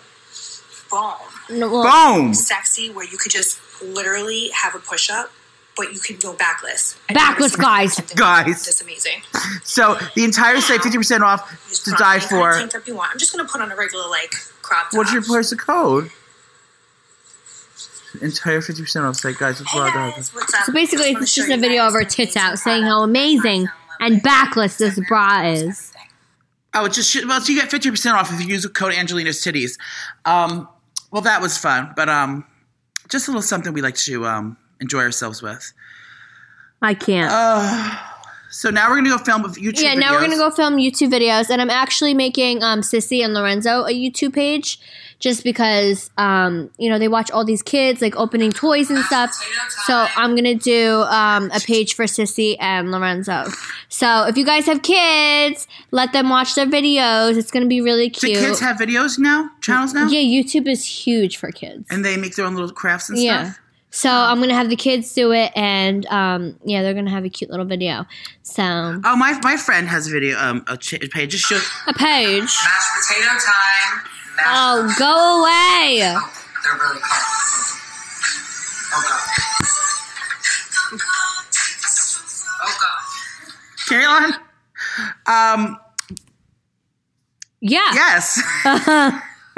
[SPEAKER 6] Boom.
[SPEAKER 4] No, well,
[SPEAKER 3] Boom.
[SPEAKER 6] sexy where you could just literally have a push up, but you could go backless.
[SPEAKER 3] Oh!
[SPEAKER 6] I
[SPEAKER 4] Backless,
[SPEAKER 6] never seen
[SPEAKER 4] guys.
[SPEAKER 6] something
[SPEAKER 3] Guys.
[SPEAKER 6] That's amazing.
[SPEAKER 3] So the entire site, fifty percent off
[SPEAKER 6] Just
[SPEAKER 3] to
[SPEAKER 6] put on
[SPEAKER 3] die
[SPEAKER 6] any kind of
[SPEAKER 3] for.
[SPEAKER 6] tank top you want. I'm just gonna put on a regular like crop top.
[SPEAKER 3] What's your place of code? Entire fifty percent off site, guys. What's
[SPEAKER 6] Hey
[SPEAKER 3] wrong
[SPEAKER 6] guys, what's up?
[SPEAKER 4] So basically,
[SPEAKER 6] wanna
[SPEAKER 4] it's
[SPEAKER 6] show
[SPEAKER 4] just a
[SPEAKER 6] you
[SPEAKER 4] video
[SPEAKER 6] guys
[SPEAKER 4] of her
[SPEAKER 6] an
[SPEAKER 4] tits
[SPEAKER 6] amazing
[SPEAKER 4] out, saying
[SPEAKER 6] product.
[SPEAKER 4] how amazing and backless this bra is.
[SPEAKER 3] Oh, it's just well, so you get fifty percent off if you use the code Angelina's titties. Um, well, that was fun, but um, just a little something we like to um, enjoy ourselves with.
[SPEAKER 4] I can't.
[SPEAKER 3] So now we're gonna go film with YouTube.
[SPEAKER 4] yeah, now we're gonna
[SPEAKER 3] Oh, videos.
[SPEAKER 4] go film YouTube videos, and I'm actually making um, Sissy and Lorenzo a YouTube page, just because um, you know they watch all these kids like opening toys and stuff. So I'm gonna do um, a page for Sissy and Lorenzo. So if you guys have kids, let them watch their videos. It's gonna be really
[SPEAKER 3] Do
[SPEAKER 4] cute.
[SPEAKER 3] kids have videos now? Channels now?
[SPEAKER 4] yeah, YouTube is huge for kids.
[SPEAKER 3] And they make their own little crafts and
[SPEAKER 4] Yeah.
[SPEAKER 3] stuff. Um,
[SPEAKER 4] So I'm gonna have the kids do it, and um, yeah, they're gonna have a cute little video. So
[SPEAKER 3] Oh, my my friend has a video um a ch- page. Just show.
[SPEAKER 4] a page.
[SPEAKER 5] Mashed potato time.
[SPEAKER 4] Oh, go away.
[SPEAKER 5] They're really hard. Oh god. Oh god.
[SPEAKER 3] Carry on. Um,
[SPEAKER 4] Yeah.
[SPEAKER 3] yes.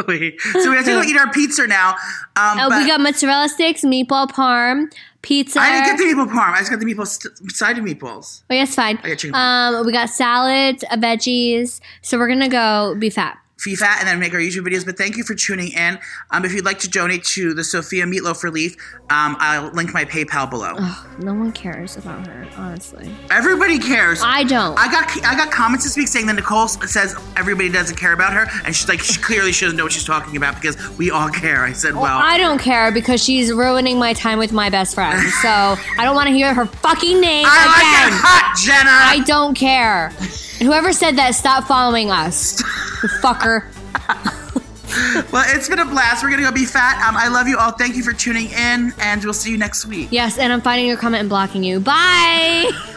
[SPEAKER 3] Wait. so we have to go eat our pizza now. Um,
[SPEAKER 4] Oh,
[SPEAKER 3] but
[SPEAKER 4] we got mozzarella sticks, meatball parm, pizza.
[SPEAKER 3] I didn't get the meatball parm. I just got the meatball st- side of meatballs.
[SPEAKER 4] oh, yes, fine.
[SPEAKER 3] I got chicken
[SPEAKER 4] Um, we got salads, uh, veggies. So we're gonna go be fat.
[SPEAKER 3] FIFA and then make our YouTube videos. But thank you for tuning in. Um, if you'd like to donate to the Sophia Meatloaf Relief, um, I'll link my PayPal below.
[SPEAKER 4] Ugh, no one cares about her, honestly.
[SPEAKER 3] Everybody cares.
[SPEAKER 4] I don't.
[SPEAKER 3] I got I got comments this week saying that Nicole says everybody doesn't care about her, and she's like, she clearly she doesn't know what she's talking about because we all care. I said, well,
[SPEAKER 4] Oh, I don't care because she's ruining my time with my best friend. So I don't want to hear her fucking name
[SPEAKER 3] I like
[SPEAKER 4] again.
[SPEAKER 3] it hot,
[SPEAKER 4] I
[SPEAKER 3] Jenna.
[SPEAKER 4] don't care. And whoever said that, stop following us. You fucker.
[SPEAKER 3] well, it's been a blast. We're gonna go be fat. Um, I love you all. Thank you for tuning in, and we'll see you next week.
[SPEAKER 4] Yes, and I'm finding your comment and blocking you. Bye.